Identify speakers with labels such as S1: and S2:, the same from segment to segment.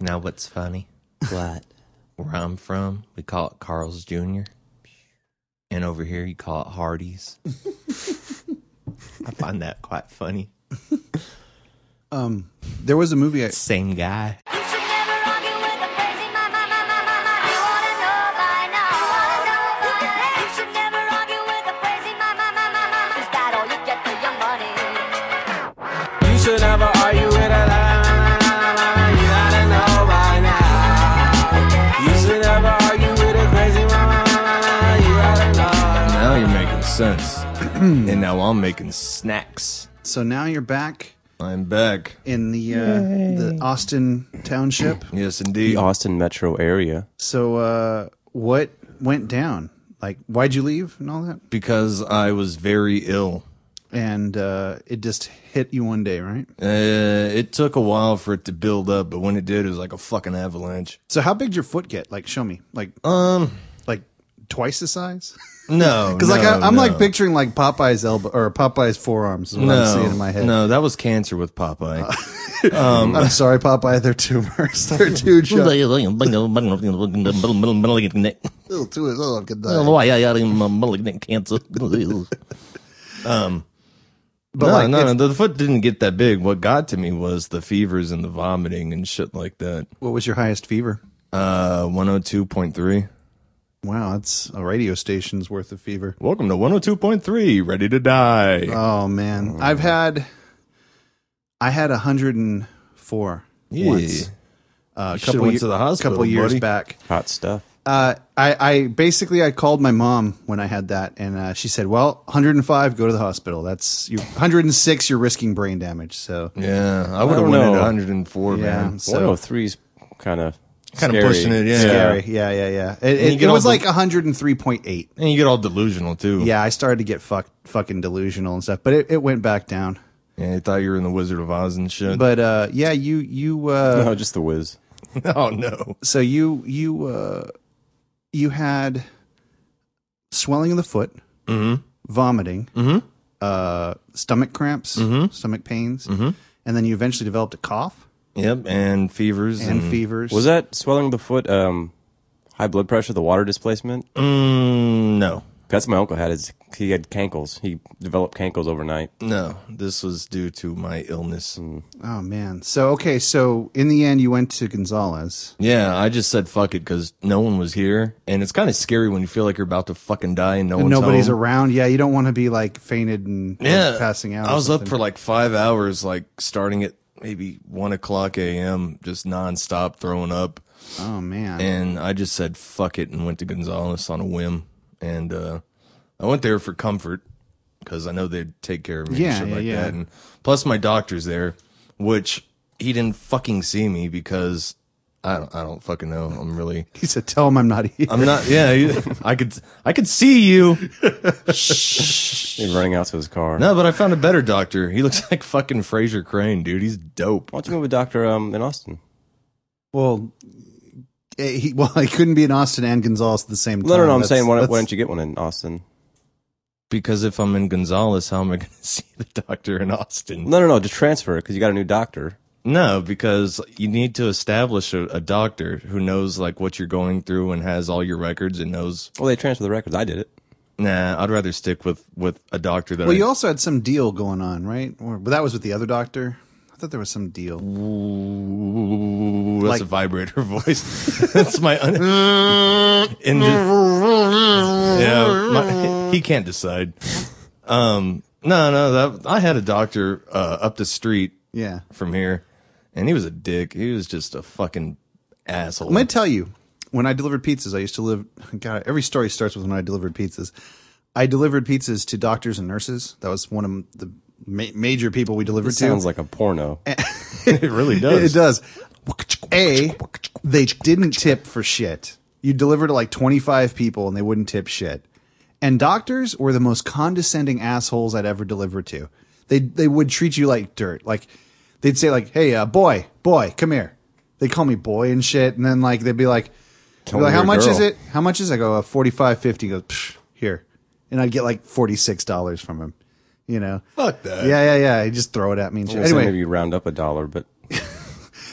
S1: Now, what's funny?
S2: What?
S1: Where I'm from, we call it Carl's Jr. And over here, you call it Hardee's. I find that quite funny.
S3: There was a movie. I,
S1: Same guy.
S4: You should never argue with a crazy man, man, man, man, man, man. You oughta know by now. You oughta know by now. You should never argue with a crazy man, man, man, man, man, man. Is that all you get for your money?
S5: You should never argue with a la la la la la la la. You oughta know by now. You should never argue with a crazy la la la la la. You oughta know.
S1: Now you're making sense. and now I'm making snacks.
S3: so now you're back
S1: I'm back.
S3: in the uh, the Austin township.
S1: Yes,
S2: The
S1: indeed.
S2: Austin metro area.
S3: So uh, what went down? Like why'd you leave and all that?
S1: Because I was very ill.
S3: And uh, it just hit you one day, right?
S1: Uh, it took a while for it to build up, but when it did, it was like a fucking avalanche.
S3: So how big would your foot get? Like show me. Like
S1: Um,
S3: like twice the size?
S1: no,
S3: Because like
S1: no,
S3: I, I'm
S1: no.
S3: like picturing like Popeye's elbow or Popeye's forearms. Is what I'm seeing in my head.
S1: No, that was cancer with Popeye.
S3: I'm sorry, Popeye. They're tumors. They're too giant.
S1: um,
S3: Little too- oh, I could die.
S1: but
S3: like,
S1: Um, no, no,
S3: it's-
S1: the foot didn't get that big. What got to me was the fevers and the vomiting and shit like that.
S3: What was your highest fever?
S1: Uh, 102.3.
S3: Wow, that's a radio station's worth of fever.
S1: Welcome to 102.3, ready to die.
S3: Oh man, I've had, I had 104
S1: Yeah.
S3: once. Uh,
S1: You should've went
S3: ye-
S1: to the hospital,
S3: couple years
S1: buddy.
S3: back.
S2: Hot stuff.
S3: Uh, I, I basically I called my mom when I had that, and uh, she said, "Well, 105, go to the hospital. That's you 106, you're risking brain damage." So
S1: yeah, I would have
S2: don't
S1: went at
S2: know.
S1: 104,
S3: Yeah.
S1: man.
S3: So-
S2: 103 is kind of
S1: Kind of pushing it, yeah.
S3: scary. Yeah, yeah, yeah. It,
S1: you
S3: it,
S1: get
S3: it
S1: all
S3: was
S1: the-
S3: like 103.8.
S1: And you get all delusional, too.
S3: Yeah, I started to get fuck, fucking delusional and stuff, but it, it went back down.
S1: Yeah, you thought you were in the Wizard of Oz and shit.
S3: But uh, yeah, you you uh,
S2: No, just the whiz.
S1: oh, no.
S3: so you you uh, you had swelling of the foot,
S1: Mm-hmm.
S3: vomiting, uh, stomach cramps,
S1: Mm-hmm.
S3: stomach pains, and then you eventually developed a cough
S1: Yep, and fevers.
S3: and fevers.
S2: Was that swelling of the foot? Um, high blood pressure, the water displacement.
S1: Mm, no.
S2: That's what my uncle had. Is he had cankles. He developed cankles overnight.
S1: No, this was due to my illness.
S3: Oh man. So okay, so in the end, you went to Gonzalez.
S1: Yeah, I just said fuck it because no one was here, and it's kind of scary when you feel like you're about to fucking die and no one's
S3: Nobody's
S1: home.
S3: around. Yeah, you don't want to be like fainted and like,
S1: Yeah,
S3: passing out.
S1: I
S3: or
S1: was up
S3: something.
S1: for like five hours, like starting at maybe one o'clock a.m., just nonstop throwing up,
S3: Oh man.
S1: and I just said fuck it and went to Gonzales on a whim, and uh, I went there for comfort because I know they'd take care of me
S3: Yeah,
S1: and shit
S3: yeah,
S1: like
S3: yeah.
S1: that, and plus my doctor's there, which he didn't fucking see me because. I don't, I don't fucking know. I'm really
S3: He said, "Tell him I'm not here."
S1: I'm not. Yeah, you- I could. I could see you.
S2: He was running out to his car.
S1: No, but I found a better doctor. He looks like fucking Fraser Crane, dude. He's dope.
S2: Why don't you move with Doctor um, in Austin?
S1: Oh,
S3: Well, eh, he, well, it couldn't be in Austin and Gonzalez at the same time.
S2: No, no, no. I'm
S3: That's-
S2: saying why, why
S3: that's-
S2: don't you get one in Austin?
S1: Because if I'm in Gonzales, how am I going to see the doctor in Austin?
S2: No, no, no. Just transfer because you got a new doctor.
S1: No, because you need to establish a, a doctor who knows like what you're going through and has all your records and knows.
S2: Well, they transfer the records. I did it.
S1: Nah, I'd rather stick with with a doctor that.
S3: Well,
S1: I,
S3: you also had some deal going on, right? Or, but that was with the other doctor. I thought there was some deal.
S1: Ooh, that's
S3: like-
S1: a vibrator voice. that's my. Un- in the- yeah, my- he can't decide. Um, no, no, that I had a doctor uh, up the street
S3: Yeah,
S1: from here, and he was a dick. He was just a fucking asshole.
S3: I'm gonna tell you. When I delivered pizzas, I used to live. God, every story starts with when I delivered pizzas. I delivered pizzas to doctors and nurses. That was one of the ma- major people we delivered
S2: It
S3: to.
S2: sounds like a porno.
S1: it really
S3: It,
S1: does.
S3: it does. A, they didn't tip for shit. You deliver to like 25 people and they wouldn't tip shit. And doctors were the most condescending assholes I'd ever delivered to. They they would treat you like dirt. Like they'd say like, "Hey, uh, boy, boy, come here." They would call me boy and shit, and then like they'd be like, they'd be
S2: me
S3: like, "How
S2: you're a
S3: much is
S2: girl."
S3: it? How much is it?" I go, uh, 45 50 goes, Psh, "Here." And I'd get like $46 from him, you know.
S1: Fuck that.
S3: Yeah, yeah, yeah. He'd just throw it at me and shit.
S2: Anyway,
S3: Anyway,
S2: maybe you round up a dollar, but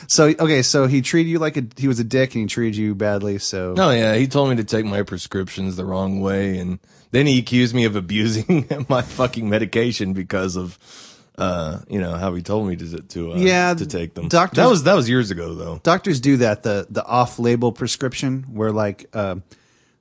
S3: So okay, so he treated you like a he was a dick and he treated you badly. So
S1: Oh yeah, he told me to take my prescriptions the wrong way, and then he accused me of abusing my fucking medication because of, uh, you know how he told me to to uh,
S3: Yeah,
S1: to take them.
S3: doctors-
S1: that was that was years ago though.
S3: doctors do that the the off label prescription where like uh,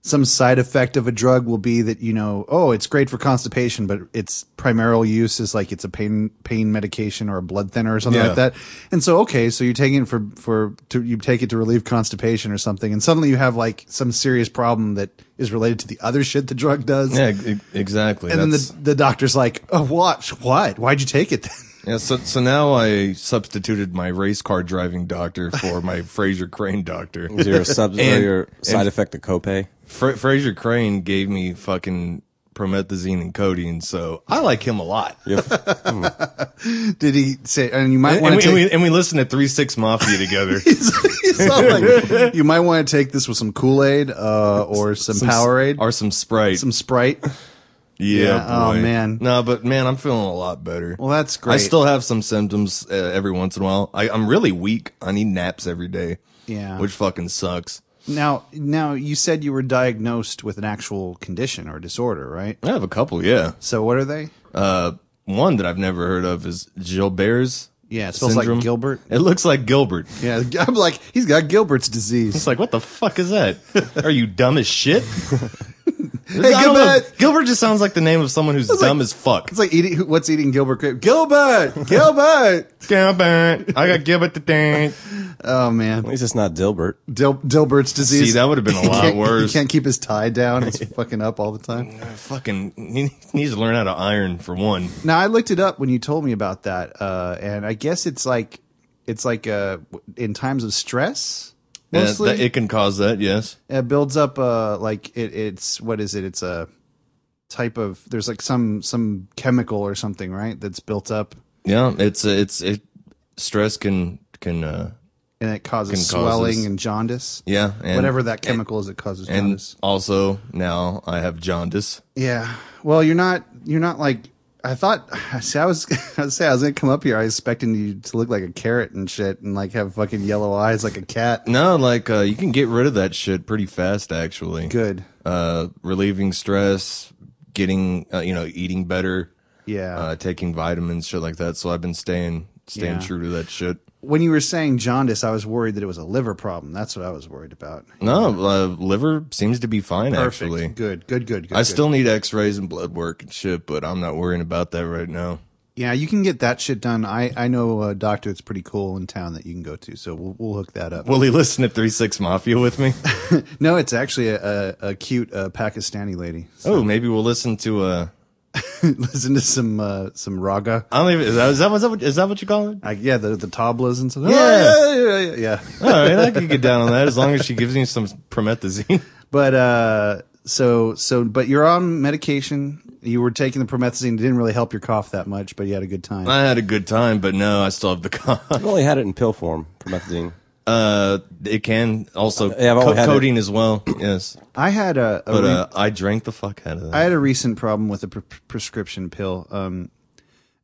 S3: some side effect of a drug will be that you know oh it's great for constipation but its primary use is like it's a pain pain medication or a blood thinner or something
S1: Yeah.
S3: like that and so okay so you take it for for to you take it to relieve constipation or something and suddenly you have like some serious problem that is related to the other shit the drug does
S1: Yeah, e- exactly.
S3: and then
S1: That's-
S3: the, the doctor's like oh what what why'd you take it then
S1: yeah, so so now I substituted my race car driving doctor for my Fraser Crane doctor.
S2: Is your sub or
S1: And-
S2: your side
S1: and-
S2: effect a copay?
S1: Fra- Fraser Crane gave me fucking promethazine and codeine, so I like him a lot.
S2: Yep.
S3: did he say and you might
S1: And,
S3: want to
S1: we,
S3: take
S1: and, we, and we listened to Three Six Mafia together.
S3: He's- he's all like, you might want to take this with some Kool Aid uh, or some, Powerade
S1: or some Sprite.
S3: some Sprite.
S1: Yeah.
S3: Yeah, oh,
S1: boy.
S3: man.
S1: No, but man, I'm feeling a lot better.
S3: Well, that's great.
S1: I still have some symptoms uh, every once in a while. I, I'm really weak. I need naps every day.
S3: Yeah.
S1: Which fucking sucks.
S3: now, now you said you were diagnosed with an actual condition or disorder, right?
S1: I have a couple. Yeah.
S3: So what are they?
S1: Uh, one that I've never heard of is Gilbert's.
S3: Yeah, it smells like
S1: syndrome.
S3: Gilbert.
S1: It looks like Gilbert.
S3: Yeah, I'm like he's got Gilbert's disease.
S1: It's like, what the fuck is that? Are you dumb as shit? hey,
S3: Gilbert!
S1: Gilbert just sounds like the name of someone who's dumb as fuck.
S3: It's like eating who- what's eating Gilbert grape. Gilbert, Gilbert.
S1: Gilbert. I got Gilbert the thing.
S3: oh
S2: At
S3: man,
S2: least it's not Dilbert.
S3: Dil- Dilbert's disease.
S1: See, that would have been a
S3: He
S1: lot
S3: can't-
S1: worse.
S3: He can't keep his tie down. It's fucking up all the time.
S1: fucking he needs to learn how to iron for one.
S3: Now I looked it up when you told me about that, uh, and I guess it's like it's like uh, in times of stress
S1: Uh,
S3: mostly.
S1: that- it can cause that, yes.
S3: it builds up uh, like it, it's what is it? It's a type of there's like some some chemical or something right that's built up
S1: Yeah, it's uh, it's it stress can can uh
S3: and it causes
S1: Can cause
S3: swelling
S1: this.
S3: and jaundice.
S1: yeah, and,
S3: Whatever that chemical is that causes
S1: and
S3: jaundice.
S1: also now I have jaundice.
S3: Yeah. Well, you're not. You're not like. I thought. See, I was. I was saying I was gonna come up here. I was expecting you to look like a carrot and shit, and like have fucking yellow eyes like a cat.
S1: No, like uh you can get rid of that shit pretty fast actually.
S3: Good.
S1: Uh relieving stress, getting uh, you know, eating better,
S3: Yeah.
S1: uh taking vitamins, shit like that. So I've been staying staying
S3: Yeah.
S1: true to that shit.
S3: when you were saying jaundice, I was worried that it was a liver problem. That's what I was worried about.
S1: No, uh, liver seems to be fine
S3: Perfect.
S1: actually.
S3: Good, good, good, good.
S1: I
S3: good.
S1: still need x-rays and blood work and shit, but I'm not worrying about that right now.
S3: Yeah, you can get that shit done. I, I know a doctor that's pretty cool in town that you can go to, so we'll, we'll hook that up.
S1: Will he listen to 3 6 Mafia with me?
S3: no, it's actually a, a, a cute uh, Pakistani lady.
S1: oh, maybe we'll listen to uh
S3: Listen to some uh, some raga.
S1: I don't even is that is that, is that, what, is that what you call it?
S3: I, yeah, the, the tablas and stuff. Oh,
S1: Yeah.
S3: yeah, yeah, yeah. yeah.
S1: All right, I could get down on that as long as she gives me some promethazine.
S3: But uh, so so, but you're on medication. You were taking the promethazine. It didn't really help your cough that much, but you had a good time.
S1: I had a good time, but no, I still have the cough.
S2: I've only had it in pill form, promethazine.
S1: Uh, it can also
S2: Yeah, I've
S1: co-
S2: only had it.
S1: codeine as well. Yes,
S3: I had a, a
S1: but
S3: re-
S1: uh, I drank the fuck out of
S3: I
S1: that.
S3: had a recent problem with a pre- prescription pill. Um,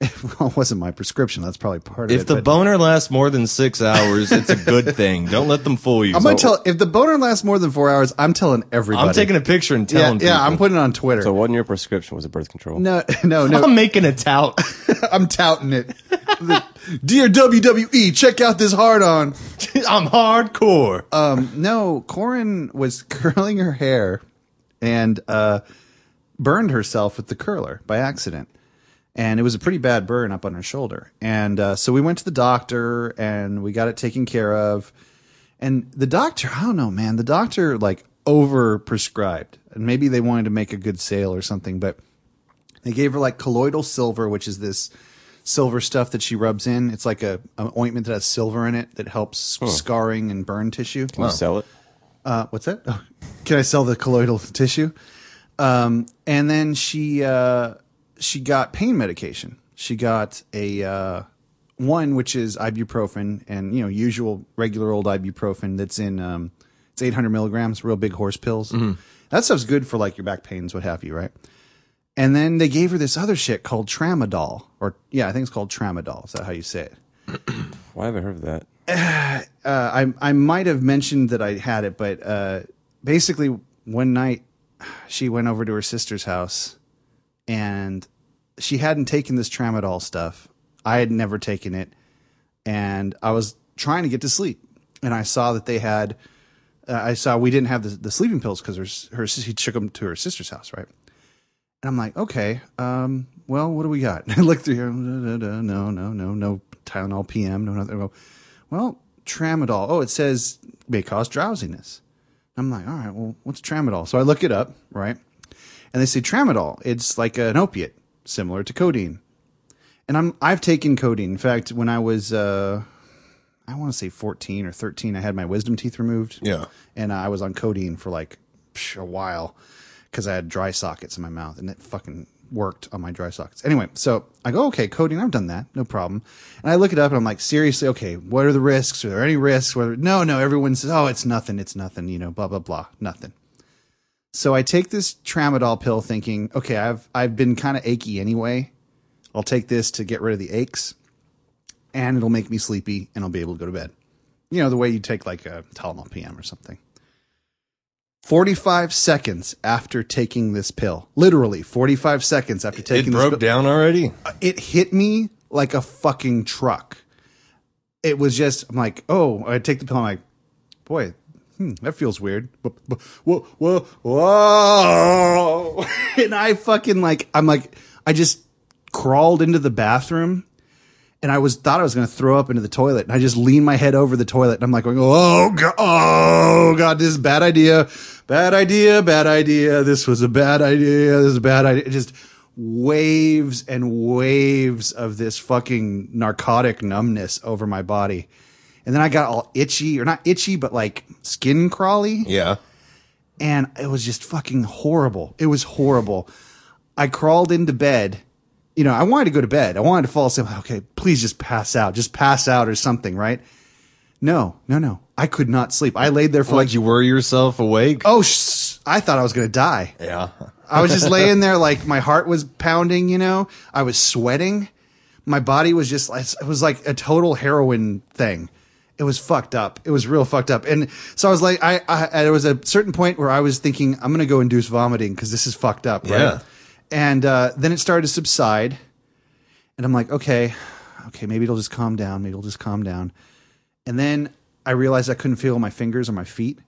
S3: well, it wasn't my prescription. That's probably part of it.
S1: If the
S3: but-
S1: boner lasts more than six hours, it's a good thing. Don't let them fool you.
S3: I'm gonna tell if the boner lasts more than four hours, I'm telling everybody.
S1: I'm taking a picture and
S3: yeah,
S1: telling.
S3: yeah. I'm
S1: people.
S3: putting it on Twitter.
S2: So one year prescription was a birth control.
S3: no, no, no.
S1: I'm making a tout.
S3: I'm touting it. The- Dear WWE, check out this hard on.
S1: I'm hardcore.
S3: Um, no, Corin was curling her hair and uh, burned herself with the curler by accident. And it was a pretty bad burn up on her shoulder. And uh, so we went to the doctor and we got it taken care of. And the doctor, I don't know, man, the doctor like over prescribed. And maybe they wanted to make a good sale or something, but they gave her like colloidal silver, which is this silver stuff that she rubs in. It's like a an ointment that has silver in it that helps scarring and burn tissue.
S2: Can you sell it?
S3: Uh, what's that? Oh, can I sell the colloidal tissue? Um, and then she uh, she got pain medication. She got a uh, one which is ibuprofen and you know usual regular old ibuprofen that's in um, it's 800 milligrams, real big horse pills. That stuff's good for like your back pains, what have you, right? And then they gave her this other shit called tramadol, or yeah, I think it's called tramadol. Is that how you say it?
S2: Why have I heard of that?
S3: uh, I I might have mentioned that I had it, but uh, basically one night she went over to her sister's house, and she hadn't taken this tramadol stuff. I had never taken it, and I was trying to get to sleep, and I saw that they had. Uh, I saw we didn't have the, the sleeping pills because her s- her she took them to her sister's house, right? And I'm like, okay, um, well, what do we got? I look through here. da, da, da, No, no, no, no Tylenol PM, no nothing. I go, well, tramadol. Oh, it says may cause drowsiness. I'm like, all right, well, what's tramadol? So I look it up, right? And they say tramadol. It's like an opiate, similar to codeine. And I'm I've taken codeine. In fact, when I was uh, I want to say 14 or 13, I had my wisdom teeth removed
S1: Yeah.
S3: and I was on codeine for like psh, a while because I had dry sockets in my mouth, and it fucking worked on my dry sockets. Anyway, so I go, okay, codeine, I've done that, no problem. And I look it up, and I'm like, seriously, okay, what are the risks? Are there any risks? Whether no, no, everyone says, oh, it's nothing, it's nothing, you know, blah blah blah, nothing. So I take this tramadol pill, thinking, okay, I've I've been kind of achy anyway. I'll take this to get rid of the aches, and it'll make me sleepy, and I'll be able to go to bed. You know, the way you take like a Tylenol PM or something. 45 seconds after taking this pill, literally 45 seconds after
S1: It
S3: taking this pill,
S1: broke down already.
S3: it hit me like a fucking truck. It was just, I'm like, oh, I take the pill. I'm like, boy, hmm, that feels weird. Whoa, whoa, whoa. and I fucking like, I'm like, I just crawled into the bathroom and I was thought I was going to throw up into the toilet, and I just leaned my head over the toilet, and I'm like, going, "Oh god, oh god, this is a bad idea, bad idea, bad idea. This was a bad idea. This is a bad idea." It just waves and waves of this fucking narcotic numbness over my body, and then I got all itchy, or not itchy, but like skin crawly
S1: Yeah.
S3: and it was just fucking horrible. It was horrible. I crawled into bed. You know, I wanted to go to bed. I wanted to fall asleep. Okay, please just pass out. Just pass out or something, right? No, no, no. I could not sleep. I laid there for
S1: Like
S3: like,
S1: you worry yourself awake.
S3: oh, sh- I thought I was going to die.
S1: Yeah.
S3: I was just laying there, like my heart was pounding, you know, I was sweating. My body was just, it was like a total heroin thing. It was fucked up. It was real fucked up. And so I was like, I, I there was a certain point where I was thinking, I'm going to go induce vomiting because this is fucked up. Right.
S1: Yeah.
S3: And uh, then it started to subside. And I'm like, okay, okay, maybe it'll just calm down. Maybe it'll just calm down. And then I realized I couldn't feel my fingers or my feet.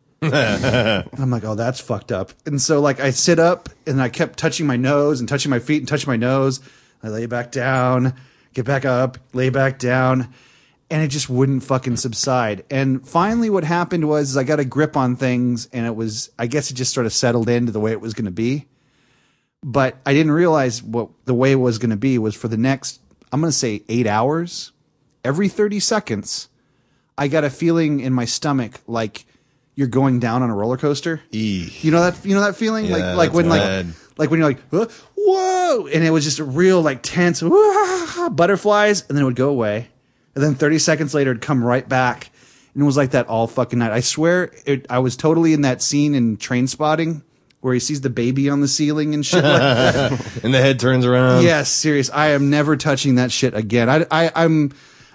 S3: And I'm like, oh, that's fucked up. And so like I sit up and I kept touching my nose and touching my feet and touching my nose. I lay back down, get back up, lay back down, and it just wouldn't fucking subside. And finally what happened was is I got a grip on things and it was I guess it just sort of settled into the way it was gonna be. But I didn't realize what the way it was gonna be was for the next I'm gonna say eight hours, every thirty seconds, I got a feeling in my stomach like you're going down on a roller coaster. You know that you know that feeling
S1: Yeah,
S3: like like when
S1: that's
S3: like
S1: bad.
S3: like when you're like "Huh? whoa, and it was just a real like tense "Wah!" butterflies, and then it would go away, and then 30 seconds later it'd come right back, and it was like that all fucking night. I swear, it, I was totally in that scene in Train Spotting where he sees the baby on the ceiling and shit. like that.
S1: And the head turns around.
S3: Yes, serious. I am never touching that shit again. I, I I'm.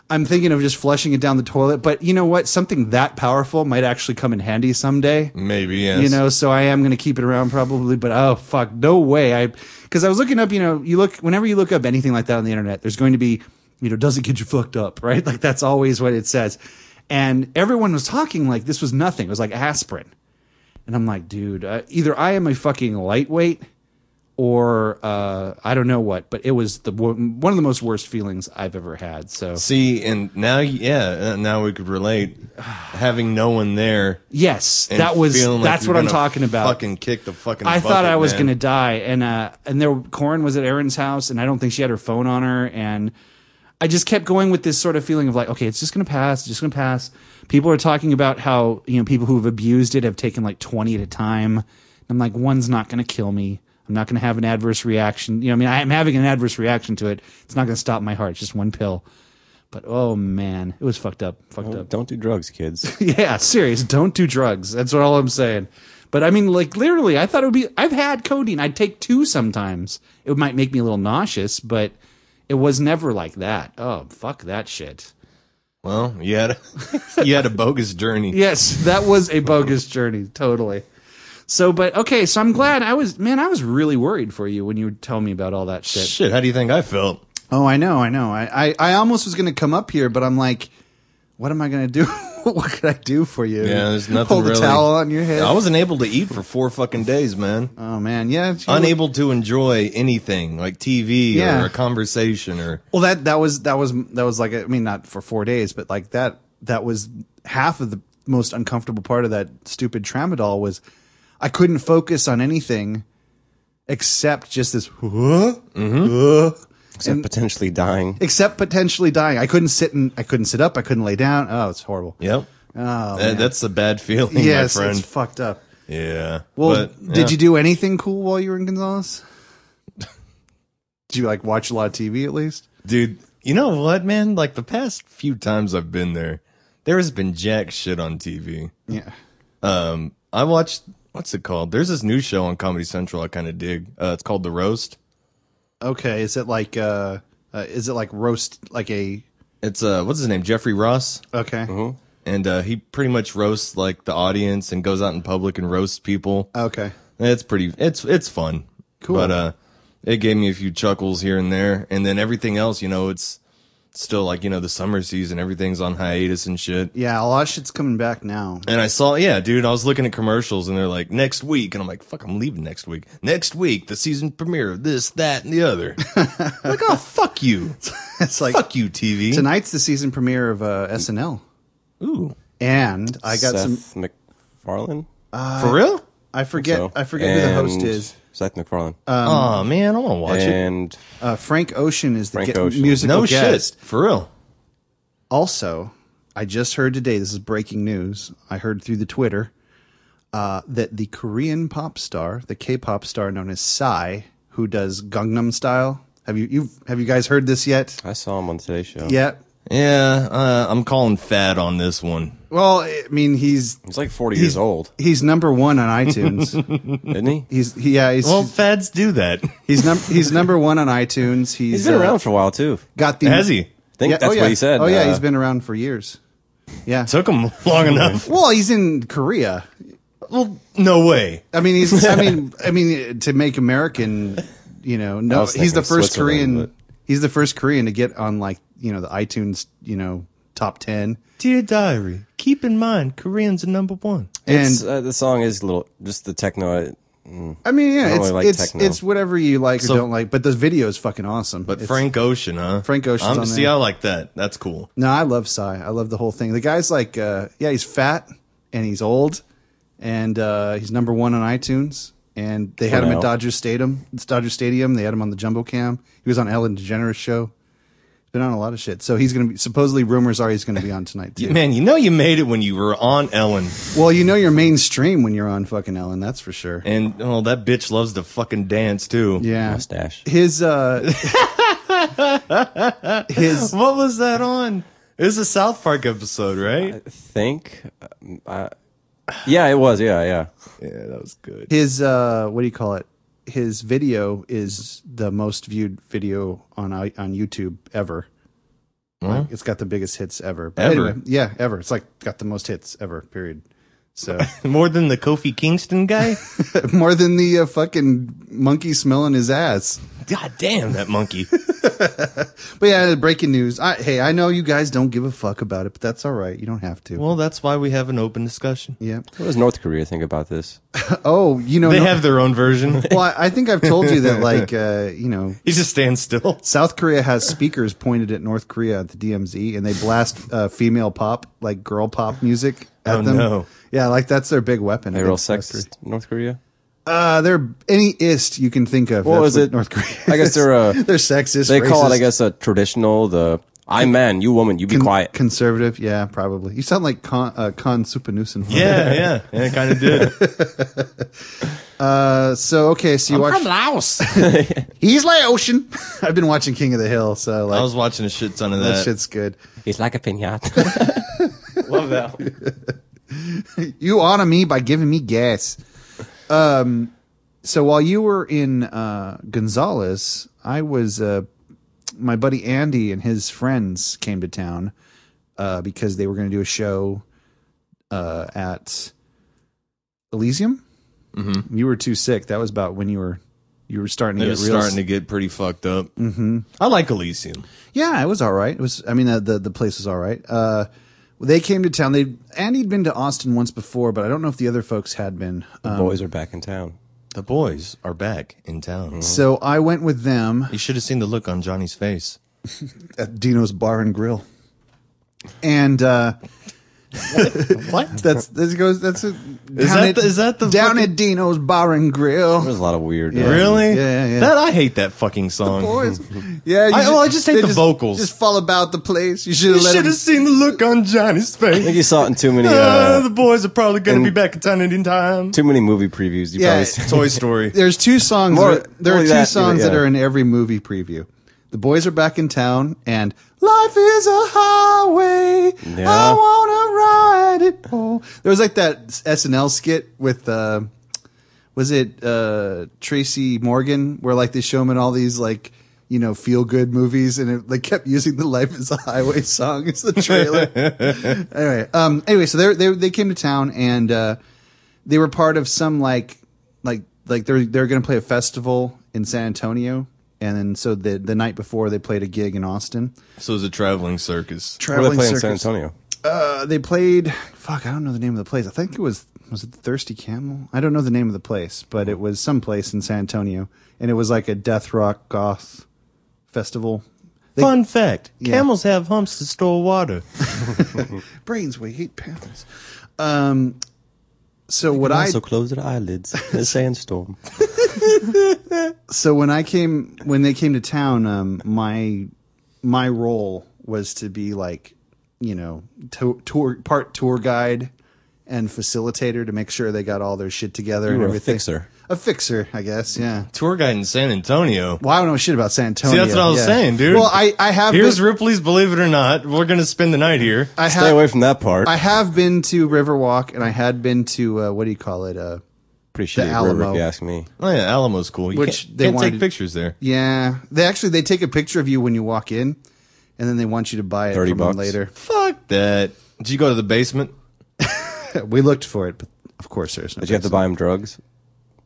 S3: I'm thinking of just flushing it down the toilet, but you know what? Something that powerful might actually come in handy someday
S1: Maybe. Yes.
S3: you know so i am going to keep it around probably but oh fuck no way i because i was looking up you know you look whenever you look up anything like that on the internet there's going to be you know does it get you fucked up right like that's always what it says and everyone was talking like this was nothing it was like aspirin and i'm like dude uh, either i am a fucking lightweight or uh, i don't know what but it was the wo- one of the most worst feelings i've ever had so
S1: See, and now, yeah, uh, now we could relate. Having no one there.
S3: yes
S1: and
S3: that was
S1: feeling like
S3: that's
S1: you're
S3: what i'm
S1: gonna
S3: talking about
S1: Fucking kick the fucking.
S3: I thought
S1: bucket,
S3: I was
S1: man.
S3: going to die, and uh, and there, Corin was at Erin's house, and I don't think she had her phone on her, and I just kept going with this sort of feeling of like, okay, it's just going to pass, it's just going to pass. People are talking about how you know people who have abused it have taken like twenty at a time. And I'm like, one's not going to kill me. I'm not going to have an adverse reaction. You know, I mean, I'm having an adverse reaction to it. It's not going to stop my heart. It's just one pill. But oh man, it was fucked up. Fucked up.
S2: Don't do drugs, kids.
S3: Yeah, serious. Don't do drugs. That's what all I'm saying. But I mean, like literally, I thought it would be. I've had codeine. I'd take two sometimes. It might make me a little nauseous, but it was never like that. Oh fuck that shit.
S1: Well, you had a, you had a bogus journey.
S3: Yes, that was a bogus journey, totally. So, but okay, so I'm glad I was, man, I was really worried for you when you were telling me about all that shit.
S1: Shit, how do you think I felt?
S3: Oh, I know, I know. I, I, I almost was going to come up here, but I'm like, what am I going to do? what could I do for you?
S1: Yeah, there's nothing
S3: Hold
S1: really.
S3: a towel on your head.
S1: I wasn't able to eat for four fucking days, man.
S3: oh, man, yeah. it's-
S1: Unable to enjoy anything like TV
S3: Yeah.
S1: or a conversation or
S3: Well, that that was that was that was like I mean not for four days, but like that that was half of the most uncomfortable part of that stupid tramadol was I couldn't focus on anything except just this huh?
S1: Mm.
S3: Huh?
S2: Except potentially dying.
S3: except potentially dying. I couldn't sit and I couldn't sit up. I couldn't lay down. Oh, it's horrible.
S1: yep. That-
S3: Oh, man.
S1: that's a bad feeling,
S3: yes,
S1: my friend.
S3: it's fucked up.
S1: yeah.
S3: Well,
S1: But, yeah.
S3: did you do anything cool while you were in Gonzales? did you like watch a lot of TV at least?
S1: dude? You know what, man? Like the past few times I've been there, there has been jack shit on TV.
S3: Yeah.
S1: Um, I watched what's it called? There's this new show on Comedy Central I kind of dig. Uh, it's called The Roast.
S3: Okay, is it like uh, uh is it like roast like a
S1: It's uh, what's his name? Jeffrey Ross.
S3: okay.
S1: and uh, he pretty much roasts like the audience and goes out in public and roasts people.
S3: Okay.
S1: And it's pretty. It's it's fun.
S3: Cool.
S1: But uh, it gave me a few chuckles here and there, and then everything else, you know, it's still like you know the summer season, everything's on hiatus and shit.
S3: Yeah, a lot of shit's coming back now.
S1: And I saw, yeah, dude, I was looking at commercials and they're like, next week. And I'm like, fuck, I'm leaving next week. Next week, the season premiere of this, that, and the other. like, oh, fuck you.
S3: It's like
S1: fuck you, TV.
S3: tonight's the season premiere of uh, SNL.
S1: Ooh.
S3: And I got some
S2: Seth MacFarlane.
S3: uh,
S1: For real?
S3: I forget
S2: So-
S3: I forget who the host
S2: and
S3: is.
S2: Seth MacFarlane.
S3: um,
S1: oh, man, I want to watch it.
S2: and
S3: Uh, Frank Ocean is the
S2: Frank
S3: ge-
S2: Ocean.
S3: musical
S1: No
S3: guest.
S1: shit. For real.
S3: Also, I just heard today, this is breaking news. I heard through the Twitter uh, that the Korean pop star, the K-pop star known as Psy, who does Gangnam Style. Have you you have you guys heard this yet?
S2: I saw him on today's show.
S3: Yeah.
S1: Yeah, uh, I'm calling fat on this one.
S3: Well, I mean, he's
S2: He's like 40 years old,
S3: he's number one on iTunes.
S2: isn't he?
S3: he's he, yeah, he's
S1: Well, fads do that.
S3: he's num- he's number one on iTunes. He's,
S2: He's been
S3: uh,
S2: around for a while too.
S3: Got the
S1: Has he?
S2: I think
S3: Yeah,
S2: that's
S3: oh, yeah.
S2: what he said.
S3: Oh yeah,
S2: Uh,
S3: he's been around for years. Yeah.
S1: Took him long enough.
S3: well, he's in Korea.
S1: Well, no way.
S3: I mean, he's. I mean, I mean, to make American, you know, no,
S2: was
S3: he's the
S2: thinking
S3: first
S2: Switzerland,
S3: Korean.
S2: but-
S3: He's the first Korean to get on like you know the iTunes you know top ten.
S1: Dear diary, keep in mind Koreans are number one.
S3: And
S2: it's, uh, the song is a little just the techno. uh,
S3: I mean, yeah,
S2: don't
S3: it's
S2: really like
S3: it's
S2: techno.
S3: it's whatever you like
S1: So-
S3: or don't like, but the video is fucking awesome.
S1: But
S3: It's-
S1: Frank Ocean, huh?
S3: Frank Ocean's
S1: I'm,
S3: on
S1: see,
S3: there.
S1: I like that. That's cool.
S3: No, I love Psy. I love the whole thing. The guy's like, uh, yeah, he's fat and he's old, and uh, he's number one on iTunes. And they had him
S2: now.
S3: at Dodger Stadium. It's Dodger Stadium. They had him on the Jumbo Cam. He was on Ellen DeGeneres show. He's been on a lot of shit. So he's gonna be. Supposedly, rumors are he's gonna be on tonight too.
S1: Man, you know you made it when you were on Ellen,
S3: Well, you know you're mainstream when you're on fucking Ellen. That's for sure.
S1: and oh, that bitch loves to fucking dance too.
S3: Yeah.
S2: Mustache.
S3: His uh. his
S1: What was that on? It was a South Park episode, right?
S2: Think, um, I, yeah, it was. Yeah, yeah.
S1: yeah, that was good.
S3: his uh what do you call it his video is the most viewed video on i- on youtube ever like, it's got the biggest hits ever But
S1: Ever?
S3: yeah ever it's like got the most hits ever period so
S1: More than the Kofi Kingston guy.
S3: more than the uh, fucking monkey smelling his ass
S1: God damn that monkey.
S3: but yeah breaking news I, hey i know you guys don't give a fuck about it but that's all right you don't have to
S1: Well, that's why we have an open discussion.
S3: yeah
S2: What does North Korea think about this?
S3: oh you know
S1: They
S3: no-
S1: have their own version.
S3: well I, I think i've told you that like uh you know
S1: He just stands still.
S3: South Korea has speakers pointed at North Korea at the DMZ, and they blast uh, female pop, like girl pop music at
S1: Oh,
S3: them.
S1: no.
S3: Yeah, like that's their big weapon.
S2: They're real
S3: against North Korea.
S2: sexist. North Korea.
S3: Uh, they're any ist you can think of.
S2: What
S3: That's
S2: was
S3: what
S2: it?
S3: North Korea.
S2: I guess
S3: is.
S2: they're, uh,
S3: they're sexist.
S2: They call it, I
S3: racist,
S2: guess, a traditional. The I'm man, you woman, you be
S3: con-
S2: quiet.
S3: Conservative. Yeah, probably. You sound like Con, uh, Con Supanusin. from-
S1: Yeah, yeah, yeah, it kind of did.
S3: Uh, so okay, so you watch from Laos. He's Laotian. I've been watching King of the Hill, so like
S1: I was watching a shit ton of
S3: that
S1: that.
S3: shit's good.
S2: He's like a pinata.
S1: Love that.
S3: You honor me by giving me gas. Um, so while you were in uh, Gonzales, I was uh, my buddy Andy and his friends came to town uh, because they were going to do a show uh, at Elysium. Mm-hmm. You were too sick. That was about when you were you were starting to
S1: It
S3: get
S1: was
S3: real.
S1: starting to get pretty fucked up. Mm-hmm. I like Elysium.
S3: Yeah, it was all right. It was. I mean, uh, the the place was all right. Uh, they came to town. They Andy'd been to Austin once before, but I don't know if the other folks had been.
S2: The boys are back in town.
S1: The boys are back in town.
S3: So I went with them
S1: You should have seen the look on Johnny's face.
S3: at Dino's Bar and Grill, and uh,
S1: What?
S3: that's this goes. That's a,
S1: Is
S3: down
S1: that
S3: at,
S1: the- is that the
S3: down
S1: fucking-
S3: at Dino's Bar and Grill?
S2: There's a lot of weird. uh,
S1: Really?
S3: Yeah, yeah.
S1: That I hate that fucking song.
S3: Boys. Yeah, you
S1: I- oh, I just hate
S3: they
S1: the vocals.
S3: Just fall about the place. You should
S1: You
S3: have let
S1: should have
S3: him.
S1: seen the look on Johnny's
S2: I think
S1: face.
S2: you saw it in too many
S1: Uh, the
S2: uh,
S1: boys are probably going to
S2: and-
S1: be back in town any time.
S2: too many movie previews. You
S3: Yeah,
S2: probably
S3: it-
S2: seen.
S1: Toy Story.
S3: There's two songs.
S2: More-
S3: that- there are
S2: only
S3: two
S2: that,
S3: songs
S2: yeah.
S3: that are in every movie preview. The boys are back in town, and life is a highway. I
S2: Yeah.
S3: wanna ride it. Oh, there was like that SNL skit with. Uh, was it uh, Tracy Morgan where like they show him in all these like you know feel good movies and it like kept using the Life Is a Highway song as the trailer. anyway, um, anyway, so they they they came to town and uh, they were part of some like like like they're they're going to play a festival in San Antonio and then so the the night before they played a gig in Austin.
S1: So it was a traveling circus.
S2: Where they
S3: Traveling
S2: play in
S3: circus.
S2: San Antonio?
S3: Uh, they played fuck i don't know the name of the place i think it was was it the thirsty camel i don't know the name of the place but it was some place in san antonio and it was like a death rock goth festival They-
S1: Fun fact:
S3: Yeah.
S1: Camels have humps to store water.
S3: brains weigh eight pounds um so what i
S2: also close their eyelids in a sandstorm.
S3: so when i came when they came to town um my my role was to be like you know to, tour part tour guide and facilitator to make sure they got all their shit together and
S2: were a
S3: everything
S2: fixer.
S3: a fixer i guess yeah
S1: Tour guide in San Antonio.
S3: Well, I don't know shit about San Antonio.
S1: See, that's what I was
S3: Yeah.
S1: saying, dude.
S3: Well, I, I have
S1: Here's
S3: been,
S1: Ripley's Believe It or Not. We're going to spend the night here.
S3: I have
S2: Stay away from that part.
S3: I have been to Riverwalk, and I had been to uh, what do you call it? Uh,
S2: Pretty shitty
S3: the
S2: river,
S3: Alamo.
S2: if you ask me.
S1: Oh yeah, Alamo's cool. You
S3: Which
S1: can't,
S3: they
S1: can't
S3: wanted-
S1: take pictures there.
S3: yeah, they actually they take a picture of you when you walk in, and then they want you to buy it
S2: 30
S3: from them
S2: bucks.
S3: later.
S1: Fuck that. Did you go to the basement?
S3: we looked for it, but of course there's no.
S2: Did you have to
S3: place.
S2: buy them drugs?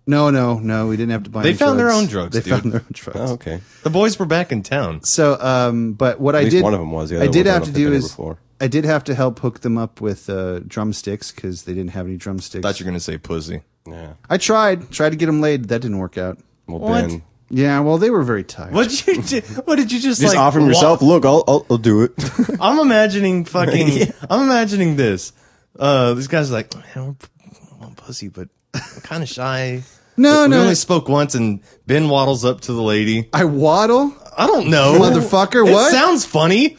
S3: No, no, no. We didn't have to buy.
S1: They
S3: any
S1: found their
S3: drugs.
S1: own drugs,
S3: They
S1: dude.
S3: found their own drugs.
S2: Oh, okay.
S1: The boys were back in town.
S3: So, um, but what I
S2: least
S3: did,
S2: one of 'em was. The
S3: I
S2: other
S3: did
S2: ones I
S3: have
S2: don't
S3: to
S2: think
S3: do
S2: they were
S3: is
S2: before.
S3: I did have to help hook them up with uh, drumsticks because they didn't have any drumsticks.
S1: Thought you were going to say pussy.
S2: Yeah.
S3: I tried, tried to get them laid. That didn't work out.
S2: Well,
S1: What?
S2: Ben,
S3: Yeah, well, they were very tired.
S1: What you do, What did you just,
S2: just
S1: like
S2: offer 'em
S1: wa-
S2: yourself. Look, I'll, I'll, I'll do it.
S1: I'm imagining fucking. I'm imagining this. Uh, this guy's like, man, I'm, I'm a pussy, but I'm kind of shy.
S3: No,
S2: Oh,
S1: we,
S3: no.
S1: We only spoke once, and Ben waddles up to the lady.
S3: I waddle.
S1: I don't know,
S3: Motherfucker,
S1: It
S3: what?
S1: sounds funny.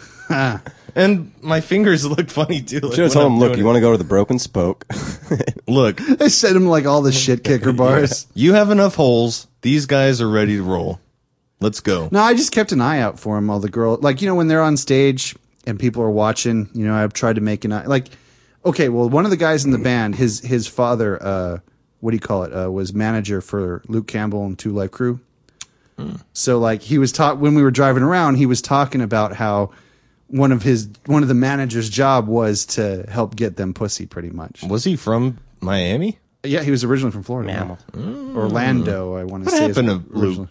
S1: and my fingers look funny too. Like
S2: Should have
S1: when
S2: told
S1: I'm
S2: him, look,
S1: doing
S2: you
S1: it.
S2: want to go to the Broken Spoke?
S1: look.
S3: I sent him like all the shit kicker bars.
S1: You have enough holes. These guys are ready to roll. Let's go.
S3: No, I just kept an eye out for him. All the girl, like you know, when they're on stage and people are watching, you know, I've tried to make an eye. Like, okay, well, one of the guys in the band, his his father, uh, what do you call it, uh, was manager for Luke Campbell and Two Life Crew. So like he was taught when we were driving around, he was talking about how one of his one of the manager's job was to help get them pussy, pretty much.
S1: Was he from Miami?
S3: Yeah, he was originally from Florida. Orlando, I want to
S1: What
S3: say. is
S1: happened to
S3: originally-
S1: Luke?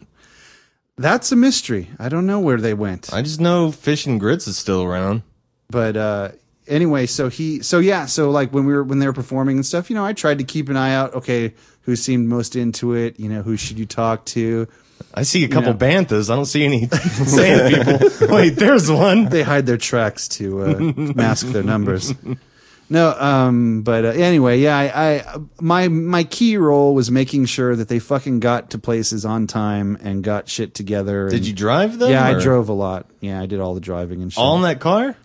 S3: That's a mystery. I don't know where they went.
S1: I just know Fish and Grits is still around.
S3: but uh anyway, so he so yeah, so like when we were when they were performing and stuff, you know, I tried to keep an eye out, okay, who seemed most into it, you know, who should you talk to?
S1: I see a couple
S3: Yeah.
S1: banthas. I don't see any sand people. Wait, there's one.
S3: They hide their tracks to uh, mask their numbers. No, um, but uh, anyway, yeah, I, I my my key role was making sure that they fucking got to places on time and got shit together.
S1: Did
S3: and-
S1: you drive them?
S3: Yeah, I
S1: or-
S3: drove a lot. Yeah, I did all the driving and shit.
S1: all in that car.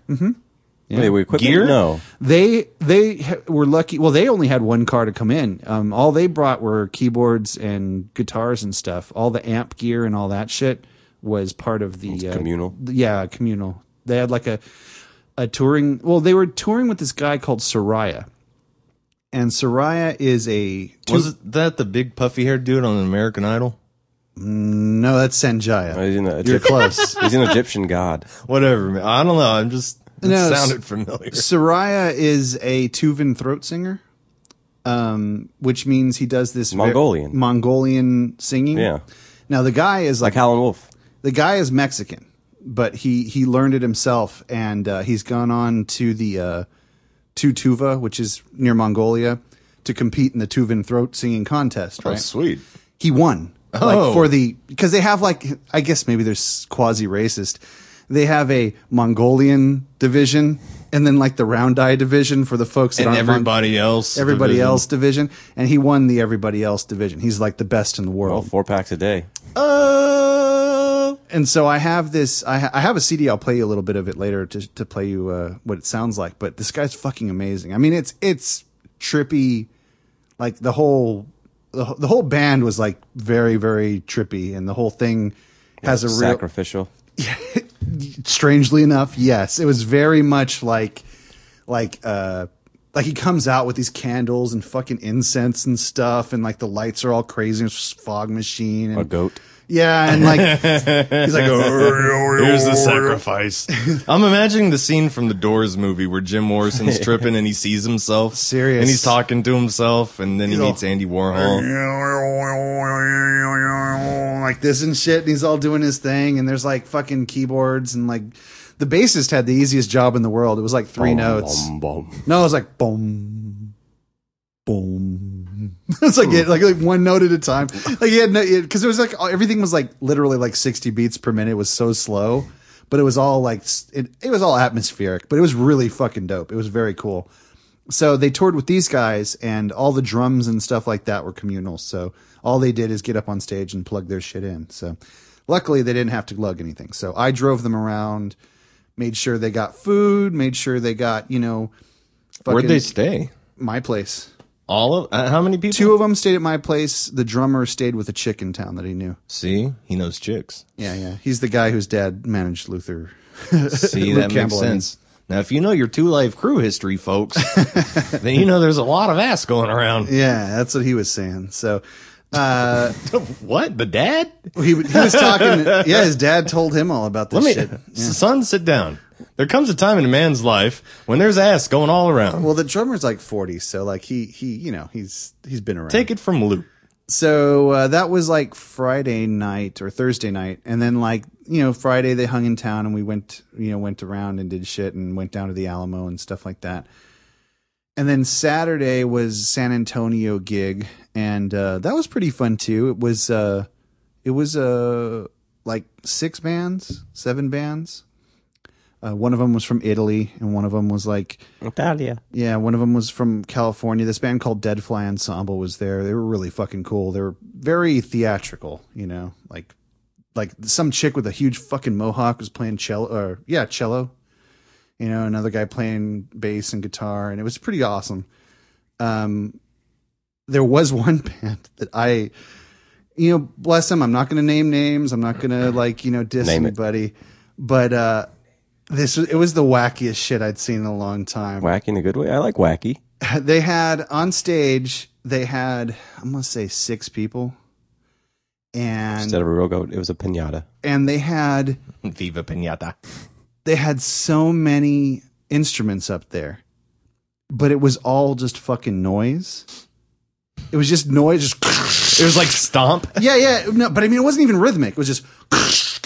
S2: Wait, wait, quick.
S1: Gear?
S2: No.
S3: they they ha- were lucky. Well, they only had one car to come in. Um, all they brought were keyboards and guitars and stuff. All the amp gear and all that shit was part of the uh,
S2: communal.
S3: th- Yeah, communal. They had like a a touring. Well, they were touring with this guy called Soraya, and Soraya is a two-
S1: Was that the big puffy haired dude on American Idol?
S3: no, that's Sanjaya.
S2: He's an,
S3: You're
S2: Egyptian,
S3: close.
S2: he's an Egyptian god.
S1: Whatever. Man. I don't know. I'm just It
S3: No,
S1: sounded familiar.
S3: Soraya is a Tuvan throat singer, um, which means he does this ve-
S2: Mongolian.
S3: Mongolian singing.
S2: Yeah.
S3: Now the guy is
S2: like
S3: like,
S2: Howlin' Wolf.
S3: the guy is Mexican, but he he learned it himself, and uh, he's gone on to the uh, to Tuva, which is near Mongolia, to compete in the Tuvan throat singing contest. Right?
S1: Oh, sweet.
S3: he won
S1: Oh.
S3: like for the because they have like i guess maybe they're quasi racist they have a mongolian division and then like the round eye division for the folks that
S1: And
S3: aren't Mon-
S1: everybody else.
S3: everybody
S1: division.
S3: else division and he won the everybody else division he's like the best in the
S2: Well,
S3: world
S2: Oh, four packs a day.
S1: Uh,
S3: and so i have this I, ha- I have a cd i'll play you a little bit of it later to, to play you uh, what it sounds like but this guy's fucking amazing i mean it's it's trippy like the whole the, wh- the whole band was like very very trippy and the whole thing has a real
S2: Sacrificial.
S3: strangely enough yes it was very much like like uh like he comes out with these candles and fucking incense and stuff and like the lights are all crazy and it's a fog machine and
S2: A goat.
S3: yeah and like he's like
S1: Here's the sacrifice. I'm imagining the scene from the Doors movie where Jim Morrison's tripping and he sees himself.
S3: Serious.
S1: And he's talking to himself and then he
S3: Ew.
S1: meets Andy Warhol.
S3: like this and shit, and he's all doing his thing, and there's like fucking keyboards and like the bassist had the easiest job in the world. It was like three notes.
S2: Bum, bum.
S3: No, it was like boom, boom. it's like it, like like one note at a time. Like he had no because it was like everything was like literally like sixty beats per minute. It was so slow, but it was all like s- it, it was all atmospheric. But it was really fucking dope. It was very cool. So they toured with these guys, and all the drums and stuff like that were communal. So all they did is get up on stage and plug their shit in. So luckily they didn't have to lug anything. So I drove them around, made sure they got food, made sure they got you know.
S1: Where'd
S3: fucking-
S1: they stay?
S3: my place.
S1: All of uh, how many people?
S3: Two of them stayed at my place. The drummer stayed with a chick in town that he knew.
S1: See, he knows chicks.
S3: Yeah, yeah. He's the guy whose dad managed Luther.
S1: See,
S3: Luke
S1: that makes
S3: Campbell, I mean.
S1: sense. Now, if you know your two life crew history, folks, then you know there's a lot of ass going around.
S3: Yeah, that's what he was saying. So uh,
S1: What the dad?
S3: he, w- he was talking. Yeah, his dad told him all about this
S1: Let me,
S3: shit.
S1: son, sit down. There comes a time in a man's life when there's ass going all around.
S3: Well, the drummer's like forty, so like he he you know he's he's been around.
S1: Take it from Luke.
S3: so uh, that was like Friday night or Thursday night, and then like you know Friday they hung in town and we went you know went around and did shit and went down to the Alamo and stuff like that. And then Saturday was San Antonio gig, and uh, that was pretty fun too. It was uh, it was uh, like six bands, seven bands. Uh, one of them was from Italy, and one of them was like
S2: Italia.
S3: yeah, one of them was from California. This band called Dead Fly Ensemble was there. They were really fucking cool. They were very theatrical, you know, like like some chick with a huge fucking mohawk was playing cello or yeah, cello. You know, another guy playing bass and guitar, and it was pretty awesome. Um, there was one band that I, you know, bless them. I'm not going to name names. I'm not going to like you know diss
S2: Name it.
S3: anybody, but uh, this was- it was the wackiest shit I'd seen in a long time
S2: Wacky in a good way. I like wacky.
S3: they had on stage they had i'm gonna say six people and
S2: Instead of a real goat, it was a pinata.
S3: and they had
S1: Viva Pinata.
S3: they had so many instruments up there but it was all just fucking noise it was just noise just
S1: It was like stomp.
S3: yeah yeah no but i mean it wasn't even rhythmic it was just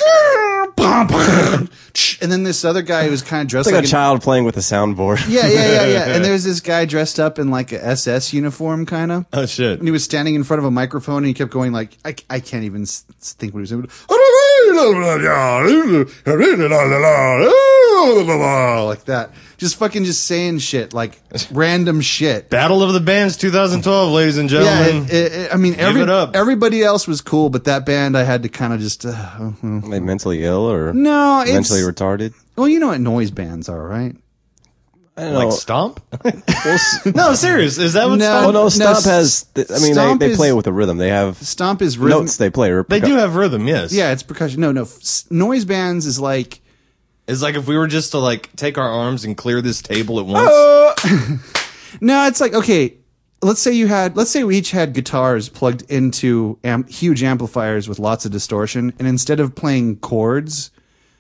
S3: and then this other guy who was kind of dressed
S2: It's like
S3: like
S2: a
S3: an-
S2: child playing with a soundboard.
S3: yeah yeah yeah yeah and there's this guy dressed up in like a ss uniform kind of
S1: Oh shit.
S3: and he was standing in front of a microphone and he kept going like I, I can't even s- think what he was doing. Oh, like that just fucking just saying shit like random shit
S1: Battle of the Bands 2012, ladies and
S3: yeah
S1: gentlemen.
S3: it, it, it- I mean every,
S1: it up.
S3: everybody else was cool but that band I had to kind of just uh,
S2: Are they mentally ill or
S3: no it's
S2: mentally retarded?
S3: well you know what noise bands are right
S2: I don't
S1: like
S2: know.
S1: stomp?
S2: Well, s-
S1: no, serious. Is that what
S3: Oh. No.
S1: stomp?
S2: oh no, Stomp
S3: No,
S2: has. th- I mean,
S3: Stomp
S2: they, they
S3: is-
S2: play with a rhythm. They have
S3: stomp is rhythm
S2: notes they play. Or
S1: They do have rhythm, yes.
S3: yeah it's percussion no no f- s- noise bands is like
S1: It's like if we were just to like take our arms and clear this table at once.
S3: Oh. No, it's like okay. Let's say you had. Let's say we each had guitars plugged into am- huge amplifiers with lots of distortion, and instead of playing chords,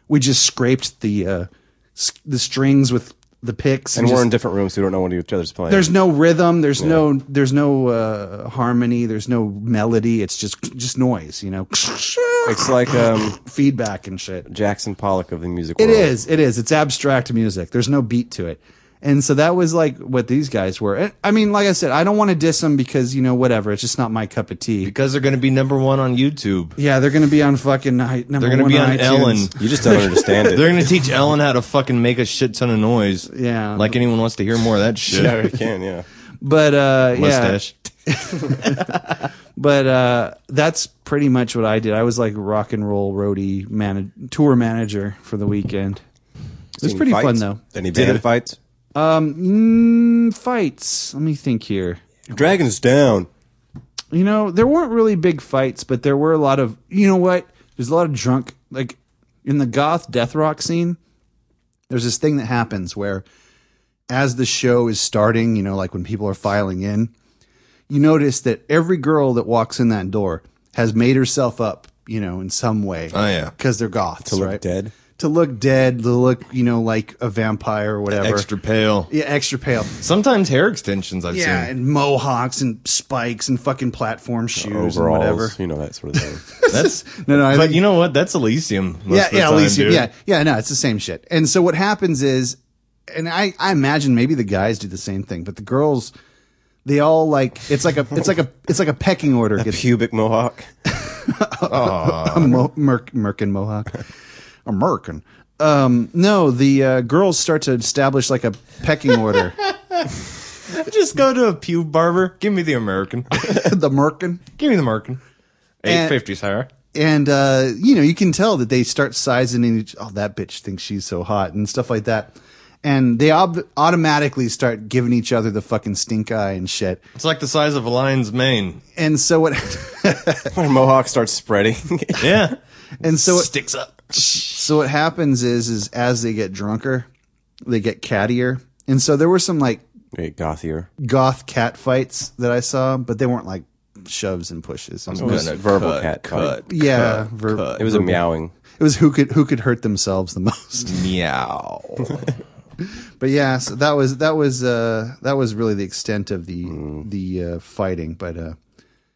S3: we just scraped the uh, s- the strings with the picks.
S2: And we're
S3: just-
S2: in different rooms, so we don't know what each other's playing.
S3: there's no rhythm. There's no there's no uh, harmony. There's no melody. It's just just noise. You know,
S2: it's like um,
S3: feedback and shit.
S2: Jackson Pollock of the music
S3: It
S2: world.
S3: is. It is. It's abstract music. There's no beat to it. And so that was like what these guys were. And, I mean, like I said, I don't want to diss them because, you know, whatever. It's just not my cup of tea.
S1: because they're going to be number one on YouTube.
S3: Yeah, they're going to be on fucking night number
S1: They're going to
S3: one
S1: be on
S3: iTunes.
S1: Ellen.
S2: You just don't understand it.
S1: They're going to teach Ellen how to fucking make a shit ton of noise.
S3: Yeah.
S1: Like anyone wants to hear more of that shit.
S2: yeah, we can. Yeah.
S3: But, uh, yeah.
S1: Mustache.
S3: But, uh, that's pretty much what I did. I was like rock and roll roadie man- tour manager for the weekend. It was
S2: Any
S3: pretty fun
S2: fights?
S3: though.
S2: Any band fights?
S3: Mm, fights. Let me think here.
S2: Dragons down.
S3: You know, there weren't really big fights, but there were a lot of. You know what? There's a lot of drunk like in the goth death rock scene. There's this thing that happens where, as the show is starting, you know, like when people are filing in, you notice that every girl that walks in that door has made herself up, you know, in some way.
S1: Oh, yeah.
S3: because they're goths,
S2: To look
S3: right?
S2: dead.
S3: To look dead, to look, you know, like a vampire or whatever.
S1: Extra pale.
S3: yeah, extra pale.
S1: Sometimes hair extensions I've
S3: Yeah,
S1: seen.
S3: and mohawks and spikes and fucking platform shoes and
S2: Overalls.
S3: whatever.
S2: You know that sort of thing.
S1: That's
S3: No, no, I
S1: but
S3: think-
S1: you know what? That's Elysium. Most
S3: yeah,
S1: of the
S3: yeah,
S1: time,
S3: Elysium.
S1: dude.
S3: Yeah, yeah, no, it's the same shit. And so what happens is, and I, I imagine maybe the guys do the same thing, but the girls, they all like it's like a it's like a it's like a pecking order. Gets
S2: Pubic mohawk.
S3: a mo- merc, merkin mohawk, a merkin. Um, no, the uh, girls start to establish like a pecking order.
S1: Just go to a pube barber. Give me the American.
S3: the merkin.
S1: Give me the American.
S3: And-
S1: Eight fifty, sir.
S3: and uh, you know you can tell that they start sizing in each oh that bitch thinks she's so hot and stuff like that and they ob- automatically start giving each other the fucking stink eye and shit
S1: It's like the size of a lion's mane.
S3: and so what
S2: When mohawk starts spreading.
S1: Yeah,
S3: and so what,
S1: sticks up.
S3: so what happens is is as they get drunker they get cattier and so there were some like
S2: Wait, gothier.
S3: goth cat fights that i saw but they weren't like shoves and pushes it
S2: It
S3: was,
S2: was verbal cat fight.
S3: yeah ver-
S2: It was a meowing.
S3: it was who could who could hurt themselves the most
S1: Meow.
S3: but yeah, so that was that was uh that was really the extent of the
S1: Mm.
S3: the uh, fighting. But uh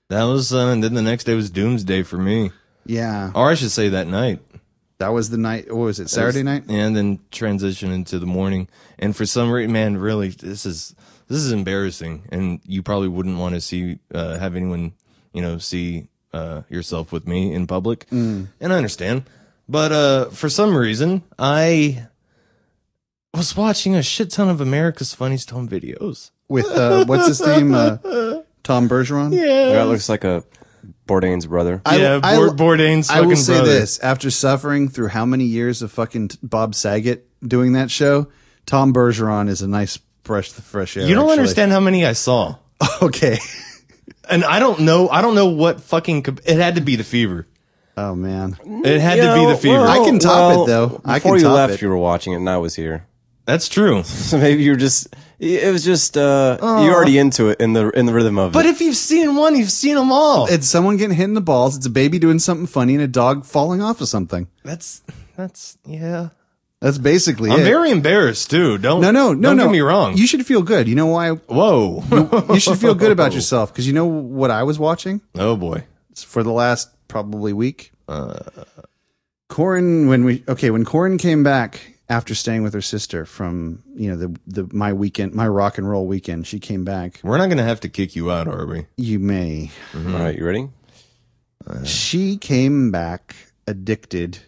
S1: That was, uh, and then the next day was doomsday for me.
S3: yeah,
S1: Or I should say that night.
S3: that was the night. What was it? Saturday night.
S1: and then transition into the morning. And for some reason, man, really, this is this is embarrassing, and you probably wouldn't want to see uh, have anyone you know see uh, yourself with me in public.
S3: Mm.
S1: And I understand, but uh, for some reason, I was watching a shit ton of America's Funniest Home Videos.
S3: with uh, what's his name? Uh, Tom Bergeron. Yeah,
S2: That looks like a Bourdain's brother.
S3: I,
S1: yeah,
S3: I-
S1: Bour- Bourdain's
S3: I will
S1: fucking
S3: say
S1: brother.
S3: this: after suffering through how many years of fucking t- Bob Saget doing that show, Tom Bergeron is a nice fresh fresh air.
S1: You don't
S3: actually.
S1: understand how many I saw.
S3: Okay.
S1: And I don't know. I don't know what fucking. Comp- it had to be the fever.
S3: Oh man,
S1: It had to be the fever.
S3: I can top it, though. I
S2: Before
S3: can
S2: you
S3: top
S2: left,
S3: it.
S2: you were watching it, and I was here.
S1: That's true.
S2: So maybe you were just. It was just. Uh, You're already into it in the in the rhythm of
S1: But
S2: it.
S1: if you've seen one, you've seen them all.
S3: it's someone getting hit in the balls. It's a baby doing something funny and a dog falling off of something.
S1: that's that's yeah.
S3: That's basically
S1: I'm
S3: it.
S1: very embarrassed too. Don't
S3: no, no, no,
S1: Don't
S3: no.
S1: get me wrong.
S3: You should feel good. You know why?
S1: Whoa.
S3: you should feel good about yourself because you know what I was watching
S1: oh boy.
S3: for the last probably week. Uh, Corin, when we okay, when Corin came back after staying with her sister from you know the the my weekend, my rock and roll weekend, she came back.
S1: We're not gonna have to kick you out, are we?
S3: You may.
S2: All right, you ready?
S1: Uh.
S3: She came back addicted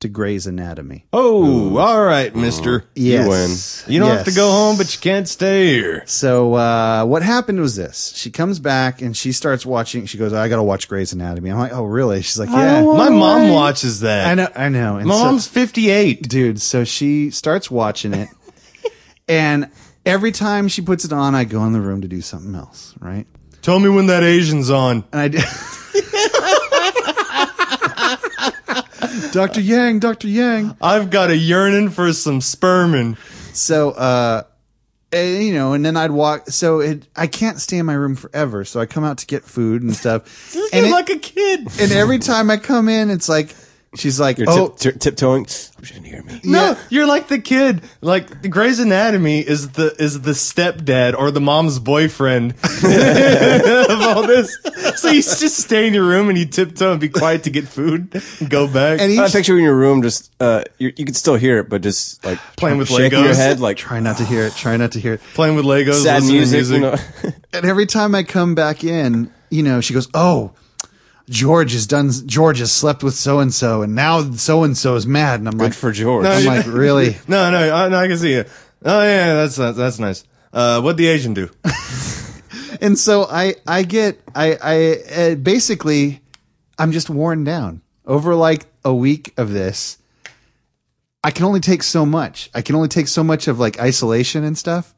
S3: to Grey's Anatomy.
S1: Oh, all right, Mister.
S3: Yes,
S1: You don't have to
S3: Yes.
S1: go home, but you can't stay here.
S3: So uh, what happened was this: she comes back and she starts watching. She goes, "I gotta watch Grey's Anatomy." I'm like, "Oh, really?" She's like, "Yeah."
S1: My mom watches that.
S3: I know, I know. And
S1: My
S3: so-
S1: mom's 58.
S3: dude. So she starts watching it, and every time she puts it on, I go in the room to do something else, right?
S1: Tell me when that Asian's on.
S3: And I do. Dr. Yang, Dr. Yang.
S1: I've got a yearning for some spermin.
S3: So, uh, and, you know, and then I'd walk. So it, I can't stay in my room forever. So I come out to get food and stuff.
S1: You're
S3: it-
S1: like a kid.
S3: and every time I come in, it's like She's like,
S2: You're
S1: Oh.
S2: tip, tip, tiptoeing. Oh, she didn't hear me.
S1: No, you're like the kid. Like Grey's Anatomy is the is the stepdad or the mom's boyfriend of all this. So you just stay in your room and you tiptoe and be quiet to get food and go back.
S3: and
S2: I
S3: he's
S2: picture you in your room, just uh, you, you can still hear it, but just like
S1: Playing with
S2: shaking
S1: Legos.
S2: your head, like
S3: try not to hear it. Try not to hear it.
S1: playing with Legos,
S2: sad
S1: listening
S2: music.
S1: to
S2: You
S1: music.
S2: know?
S3: And every time I come back in, you know, she goes, "Oh, George has done. George has slept with so and so, and now so and so is mad." And I'm like,
S2: Good for George.
S3: I'm
S1: you-
S3: like, really?
S1: No, no, I, no, I can see it. Oh yeah, that's that's nice. Uh, what the Asian do?
S3: and so I I get I I uh, basically I'm just worn down over like a week of this. I can only take so much. I can only take so much of like isolation and stuff.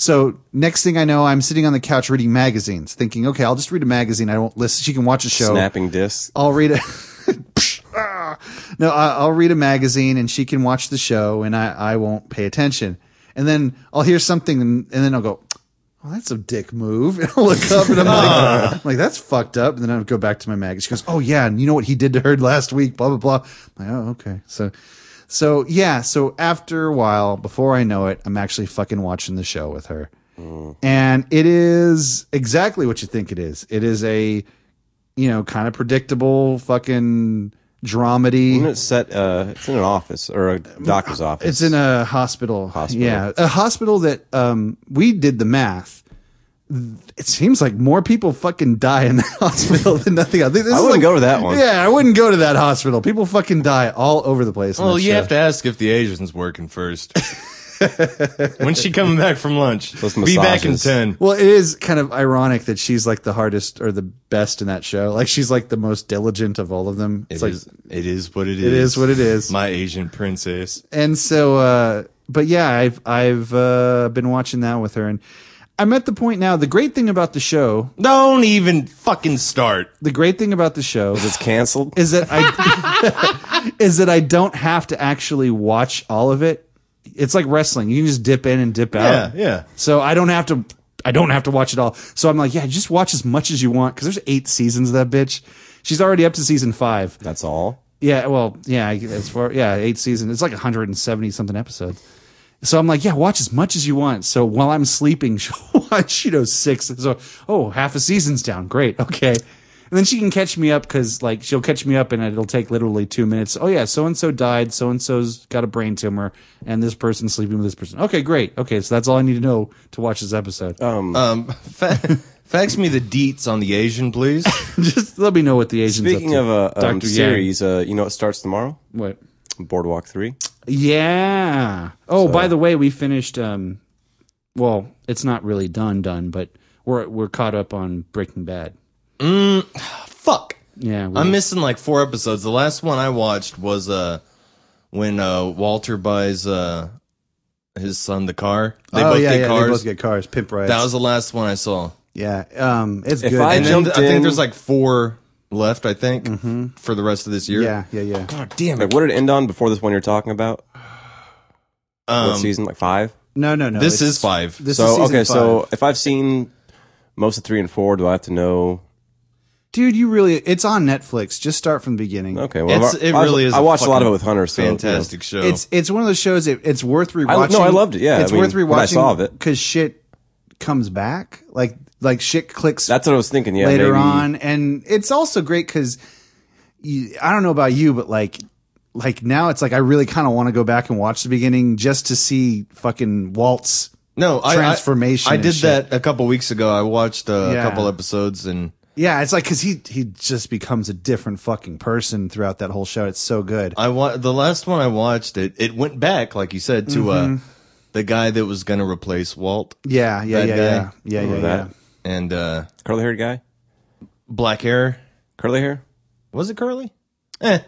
S3: So next thing I know, I'm sitting on the couch reading magazines, thinking, okay, I'll just read a magazine. I won't listen. She can watch a show.
S2: snapping discs.
S3: I'll read a Ah. no, I, I'll read a magazine and she can watch the show and I, I won't pay attention. And then I'll hear something and, and then I'll go, oh, that's a dick move. And I'll look up and I'm like, I'm like, that's fucked up. And then I'll go back to my mag. She goes, oh yeah. And you know what he did to her last week, blah, blah, blah. I'm like, oh, okay. So, so yeah. So after a while, before I know it, I'm actually fucking watching the show with her. And it is exactly what you think it is. It is a, you know, kind of predictable fucking dramedy.
S2: Isn't it set? Uh, it's in an office or a doctor's office.
S3: Uh, It's in a hospital.
S2: Hospital.
S3: Yeah, a hospital that um, we did the math. It seems like more people fucking die in that hospital than nothing else. This is
S2: I wouldn't
S3: like-
S2: go to that one.
S3: Yeah, I wouldn't go to that hospital. People fucking die all over the place. in
S1: Well,
S3: that
S1: you
S3: show.
S1: have to ask if the Asian's working first. When's she coming back from lunch?
S2: Those
S1: Be back in
S2: massages.
S1: ten.
S3: Well, it is kind of ironic that she's like the hardest or the best in that show. Like she's like the most diligent of all of them. It's
S1: It
S3: like
S1: is. It is what it is.
S3: it is what it is.
S1: My Asian princess.
S3: and so uh but yeah i've i've uh been watching that with her and i'm at the point now the great thing about the show
S1: Don't even fucking start.
S3: the great thing about the show
S2: It's canceled.
S3: is that i is that i don't have to actually watch all of it it's like wrestling you can just dip in and dip
S1: Yeah,
S3: out
S1: yeah.
S3: so i don't have to i don't have to watch it all so i'm like yeah just watch as much as you want because there's eight seasons of that bitch she's already up to season five
S2: That's all.
S3: Yeah, well, yeah, I- as far yeah, eight seasons. It's like 170 something episodes. So I'm like, yeah, watch as much as you want. So while I'm sleeping, she'll watch, you know, six. So oh, half a season's down. Great, okay. And then she can catch me up because like she'll catch me up and it'll take literally two minutes. Oh yeah, so and so died. So and so's got a brain tumor, and this person's sleeping with this person. Okay, great. Okay, so that's all I need to know to watch this episode.
S2: Um,
S1: Um, Fa- fax me the deets on the Asian, please.
S3: Just let me know what the agent's
S2: Speaking
S3: up
S2: of
S3: to.
S2: a um,
S3: Dr. Yang.
S2: series, uh, you know it starts tomorrow.
S3: What?
S2: Boardwalk Three.
S3: Yeah. Oh, by the way, we finished. Um, well, it's not really done, done, but we're we're caught up on Breaking Bad.
S1: Fuck.
S3: Yeah, we,
S1: I'm missing like four episodes. The last one I watched was uh when uh Walter buys uh his son the car. They
S3: oh
S1: both
S3: yeah,
S1: get
S3: yeah,
S1: cars.
S3: they both get cars. Pimp rights.
S1: that was the last one I saw.
S3: yeah, um, it's
S2: If
S3: good.
S2: I
S1: And then
S2: jumped
S1: I think
S2: in-
S1: there's like four left, I think, for the rest of this year.
S3: Mm-hmm. yeah, yeah, yeah.
S1: God damn
S2: Like, what did it end on before this one you're talking about?
S1: Um,
S2: what season? Like five.
S3: No, no, no.
S1: this
S3: it's-
S1: is five.
S3: This is
S2: So
S3: season
S2: okay,
S3: five.
S2: so if I've seen most of three and four, do I have to know?
S3: dude, you really it's on Netflix. Just start from the beginning.
S2: Okay, well,
S1: it's,
S2: I've-
S1: it
S2: I've-
S1: really is.
S2: I
S1: a
S2: watched a lot of it
S1: fucking
S2: with Hunter. So, you know.
S1: fantastic show.
S3: It's it's one of those shows. It, it's worth rewatching.
S2: no, I loved it, yeah,
S3: it's
S2: I mean,
S3: worth rewatching.
S2: when I saw of it.
S3: because shit comes back. Like like shit clicks
S2: That's what I was thinking. Yeah,
S3: later
S2: maybe-
S3: on and it's also great because i don't know about you but like like now it's like i really kind of want to go back and watch the beginning just to see fucking waltz
S1: no I- I-
S3: transformation
S1: I,
S3: and
S1: did
S3: shit.
S1: that a couple weeks ago. I watched uh,
S3: Yeah.
S1: a couple episodes and
S3: yeah it's like because he he just becomes a different fucking person throughout that whole show it's so good
S1: I wa- the last one I watched it it went back like you said to uh
S3: Mm-hmm.
S1: the guy that was going to replace Walt
S3: yeah yeah
S1: that
S3: yeah
S1: guy.
S3: yeah yeah yeah,
S2: Remember
S3: yeah.
S2: that?
S1: and uh
S2: Curly haired guy,
S1: black hair
S2: curly hair
S1: was it Curly? Eh.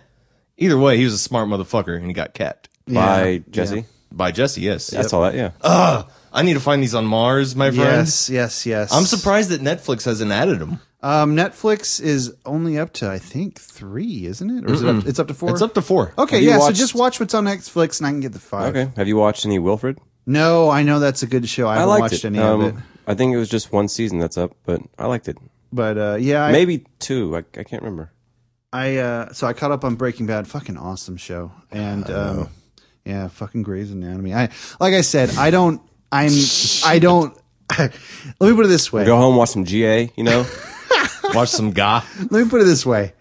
S1: Either way, he was a smart motherfucker and he got capped
S2: by Jesse.
S1: by Jesse. Yes.
S2: That's all that. Yeah.
S3: Oh.
S1: I need to find these on Mars, my friend.
S3: yes yes yes
S1: I'm surprised that Netflix hasn't added them.
S3: um netflix is only up to i think three isn't it or is it up, it's up to four
S1: It's up to four.
S3: okay
S2: Have you
S3: yeah so
S2: watched-
S3: just watch what's on netflix and i can get the five
S2: okay. Have you watched any Wilfred?
S3: No, I know that's a good show. I,
S2: I
S3: haven't
S2: liked
S3: watched
S2: it.
S3: any
S2: um,
S3: of it,
S2: I think it was just one season that's up, but I liked it.
S3: but uh, yeah, I,
S2: Maybe two. I, I can't remember.
S3: I uh, so I caught up on Breaking Bad, fucking awesome show, and um, yeah, fucking Grey's Anatomy. I like I said, I don't, I'm, I don't. let me put it this way.
S2: Go home, watch some GA. You know,
S1: Watch some guy.
S3: Let me put it this way.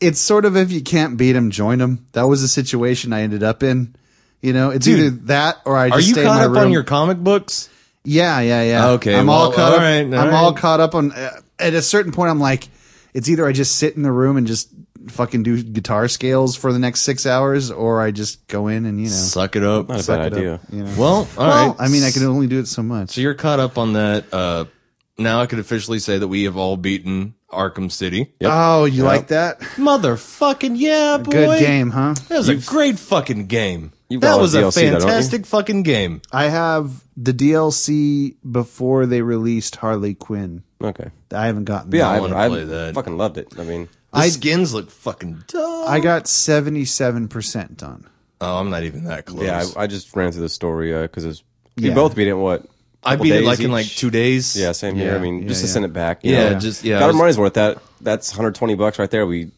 S3: It's sort of if you can't beat him, join him. That was the situation I ended up in. You know, it's either that or I just
S1: Are you
S3: stay in
S1: caught
S3: my
S1: up
S3: room.
S1: on your comic books?
S3: Yeah, yeah, yeah.
S1: Okay,
S3: I'm all
S1: well,
S3: caught
S1: all
S3: up.
S1: right,
S3: I'm
S1: all
S3: all
S1: right.
S3: caught up on. Uh, at a certain point, I'm like, it's either I just sit in the room and just fucking do guitar scales for the next six hours, or I just go in and you know.
S1: Suck it up.
S2: not a
S1: Suck-
S2: bad
S3: it up,
S2: idea.
S3: you know.
S1: Well, all right.
S3: Well, I mean, I can only do it so much.
S1: So you're caught up on that. Uh, now I could officially say that we have all beaten Arkham City.
S3: Oh, you like that?
S1: Motherfucking yeah, boy.
S3: Good game, huh?
S1: That was a great fucking game.
S2: You've got
S1: That
S2: all
S1: was
S2: the
S1: a
S2: DLC though, don't you?
S1: fantastic fucking game.
S3: I have the DLC before they released Harley Quinn.
S2: Okay.
S3: I haven't gotten.
S2: But yeah,
S3: that.
S2: I,
S1: wanna
S2: I,
S1: play that.
S2: fucking loved it. I mean,
S1: The skins look fucking dope.
S3: I got seventy-seven percent done.
S1: oh, I'm not even that close.
S2: yeah, I, I just ran through the story uh, because it's we
S3: Yeah.
S2: both beat it. in What?
S1: I,
S2: couple
S1: beat it
S2: days
S1: like in
S2: each?
S1: like two days.
S2: Yeah, same here.
S3: Yeah,
S2: I mean,
S3: yeah,
S2: just to
S3: yeah.
S2: send it back. you
S1: Yeah,
S2: know.
S1: just- yeah, I
S2: Got our
S1: was-
S2: money's worth. That that's 120 bucks right there. We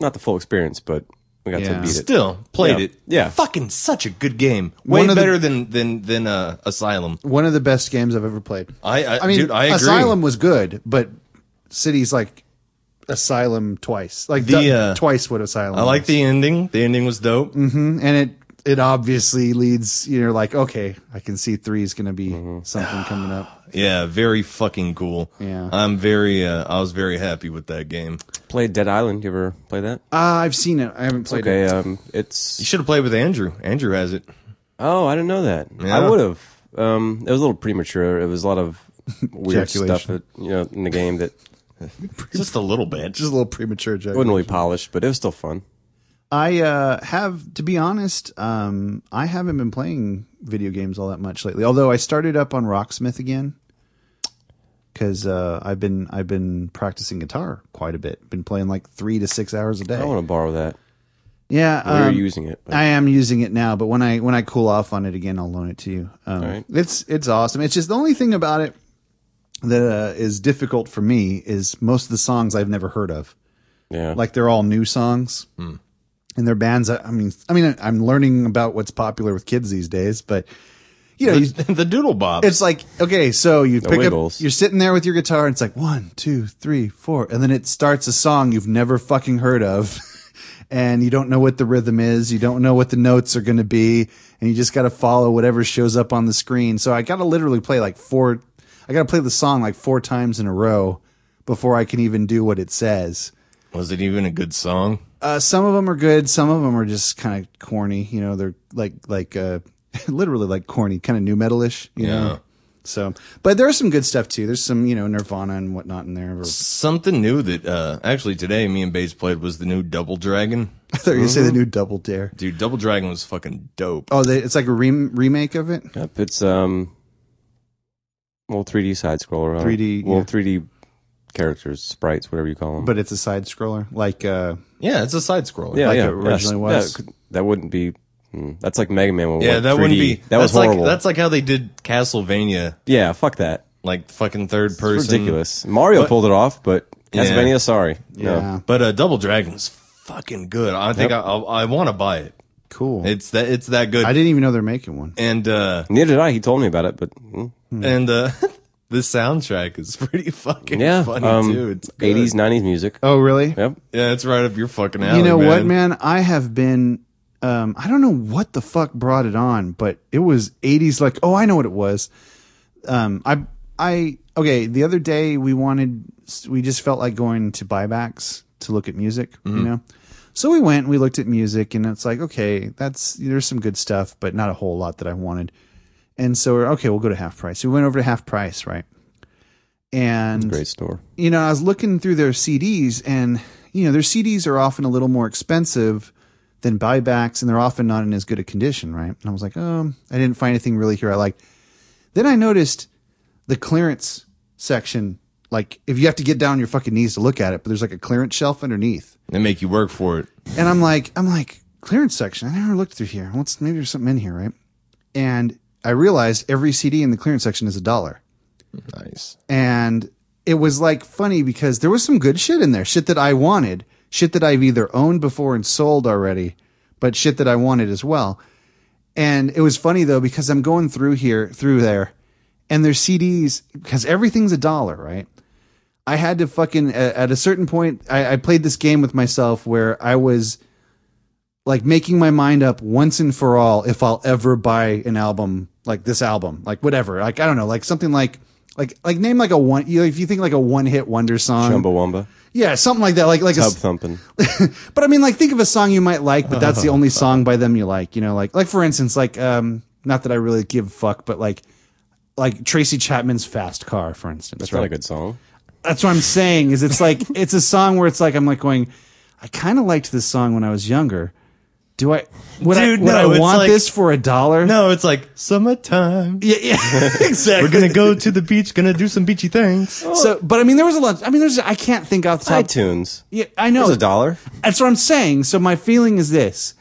S2: not the full experience, but we got
S3: Yeah.
S2: to beat it.
S1: Still played
S2: Yeah.
S1: it.
S2: Yeah.
S1: Fucking such a good game. Way
S3: One of the-
S1: better than than than uh, Asylum.
S3: One of the best games I've ever played.
S1: I I,
S3: I mean,
S1: dude, I agree.
S3: Asylum was good, but City's like Asylum twice, like
S1: The,
S3: du-
S1: uh,
S3: twice what Asylum.
S1: I like the ending. The ending was dope.
S3: and it it obviously leads. You're like, okay, I can see three is going to be something coming up.
S1: Yeah, very fucking cool.
S3: Yeah.
S1: I'm very uh, I was very happy with that game.
S2: Played Dead Island. You ever play that?
S3: Uh, I've seen it. I haven't played
S2: Okay.
S3: it.
S2: Um,
S1: You
S2: it's
S1: should have played with Andrew. Andrew has it.
S2: oh, I didn't know that.
S1: Yeah.
S2: I would have. Um, it was a little premature. It was a lot of weird stuff
S3: Ejaculation.
S2: that you know in the game that
S1: Just a little bit.
S3: Just a little premature joke.
S2: wasn't really polished, but it was still fun.
S3: I uh, have, to be honest, um, I haven't been playing video games all that much lately. Although I started up on Rocksmith again because uh, I've been I've been practicing guitar quite a bit. Been playing like three to six hours a day.
S2: I want to borrow that.
S3: yeah,
S2: We were
S3: um,
S2: using it. but-
S3: I am using it now, but when I when I cool off on it again, I'll loan it to you. Um,
S2: right.
S3: It's it's awesome. It's just the only thing about it that uh, is difficult for me is most of the songs I've never heard of
S2: yeah.
S3: like they're all new songs
S2: Hmm.
S3: and they're bands that, i mean i mean i'm learning about what's popular with kids these days but you know you-
S1: the Doodle Bob.
S3: it's like okay so you pick
S2: Wiggles.
S3: up you're sitting there with your guitar and it's like one two three four and then it starts a song you've never fucking heard of and you don't know what the rhythm is you don't know what the notes are going to be and you just got to follow whatever shows up on the screen so i got to literally play like four i got to play the song like four times in a row before i can even do what it says
S1: was it even a good song?
S3: uh, some of them are good. Some of them are just kind of corny. You know, they're like like uh, literally like corny, kind of new metalish. You
S1: Yeah.
S3: know. So, but there's some good stuff too. There's some you know Nirvana and whatnot in there.
S1: Something new that uh actually today me and Bates played was the new Double Dragon.
S3: I thought you were gonna say the new Double Dare.
S1: Dude, Double Dragon was fucking dope.
S3: Oh, they, it's like a rem remake of it.
S2: Yep, it's um, well, 3D side scroller. uh,
S3: 3D,
S2: well,
S3: yeah.
S2: 3D characters, sprites, whatever you call them.
S3: But it's a side scroller, like uh,
S1: Yeah, it's a side scroller.
S2: yeah,
S3: like
S2: yeah,
S3: it originally
S2: yeah,
S3: was.
S2: that could- That wouldn't be. hmm, That's like Mega Man. with,
S1: Yeah,
S2: like,
S1: that
S2: 3D.
S1: wouldn't be.
S2: That was
S1: that's like,
S2: horrible.
S1: That's like how they did Castlevania,
S2: yeah, fuck that.
S1: like fucking third
S2: It's
S1: person.
S2: ridiculous. Mario pulled it off, but
S1: Yeah.
S2: Castlevania. Sorry, no.
S3: yeah,
S1: But uh, Double Dragon is fucking good. I think I, I, I want to buy it.
S3: cool.
S1: It's that it's that good.
S3: I didn't even know they're making one.
S1: and uh
S2: Neither did I. He told me about it, but hmm,
S1: and uh the soundtrack is pretty fucking
S2: yeah,
S1: funny
S2: um,
S1: too. It's good.
S2: 80s, 90s music.
S3: Oh, really?
S2: Yep.
S1: Yeah, it's right up your fucking alley.
S3: You know what, man? I have been. Um, I don't know what the fuck brought it on, but it was '80s. Like, oh, I know what it was. Um, I, I, okay. The other day we wanted, we just felt like going to buybacks to look at music. You know, so we went and we looked at music, and it's like, okay, that's there's some good stuff, but not a whole lot that I wanted. And so we're okay. We'll go to half price. So we went over to half price, right? And
S2: Great store.
S3: you know, I was looking through their CDs and, you know, their CDs are often a little more expensive than buybacks and they're often not in as good a condition, right? And I was like, um, I didn't find anything really here I liked. Then I noticed the clearance section, like if you have to get down on your fucking knees to look at it, but there's like a clearance shelf underneath.
S1: They make you work for it.
S3: And I'm like, I'm like, clearance section. I never looked through here. What's maybe there's something in here, right? And I realized every CD in the clearance section is a dollar
S1: Nice.
S3: and it was like funny because there was some good shit in there, shit that I wanted. shit that I've either owned before and sold already, but shit that I wanted as well. And it was funny though because I'm going through here, through there, and there's CDs because everything's a dollar, right? I had to fucking at, at a certain point, I, I played this game with myself where I was like making my mind up once and for all if I'll ever buy an album like this album, like whatever, like I don't know, like something like like like name like a one you know, if you think like a one hit wonder song,
S1: Um,
S2: Chumbawamba.
S3: yeah, something like that, like like a
S2: Tub
S3: s-
S2: thumping.
S3: but I mean, like, think of a song you might like, but that's the only song by them you like. You know, like, like for instance, like, um, not that I really give a fuck, but like, like Tracy Chapman's "Fast Car," for instance.
S2: That's
S3: right?
S2: not a good song.
S3: that's what I'm saying. Is it's like it's a song where it's like I'm like going, I kind of liked this song when I was younger. Do I? Would
S1: Dude,
S3: I, would
S1: no,
S3: I
S1: it's
S3: want
S1: like-
S3: this for a dollar?
S1: No, it's like summertime.
S3: Yeah, yeah, exactly.
S1: We're gonna go to the beach, gonna do some beachy things.
S3: So, but I mean, there was a lot. I mean, there's. I can't think off the top.
S2: iTunes.
S3: yeah, I know.
S2: There's a dollar.
S3: That's what I'm saying. So my feeling is this: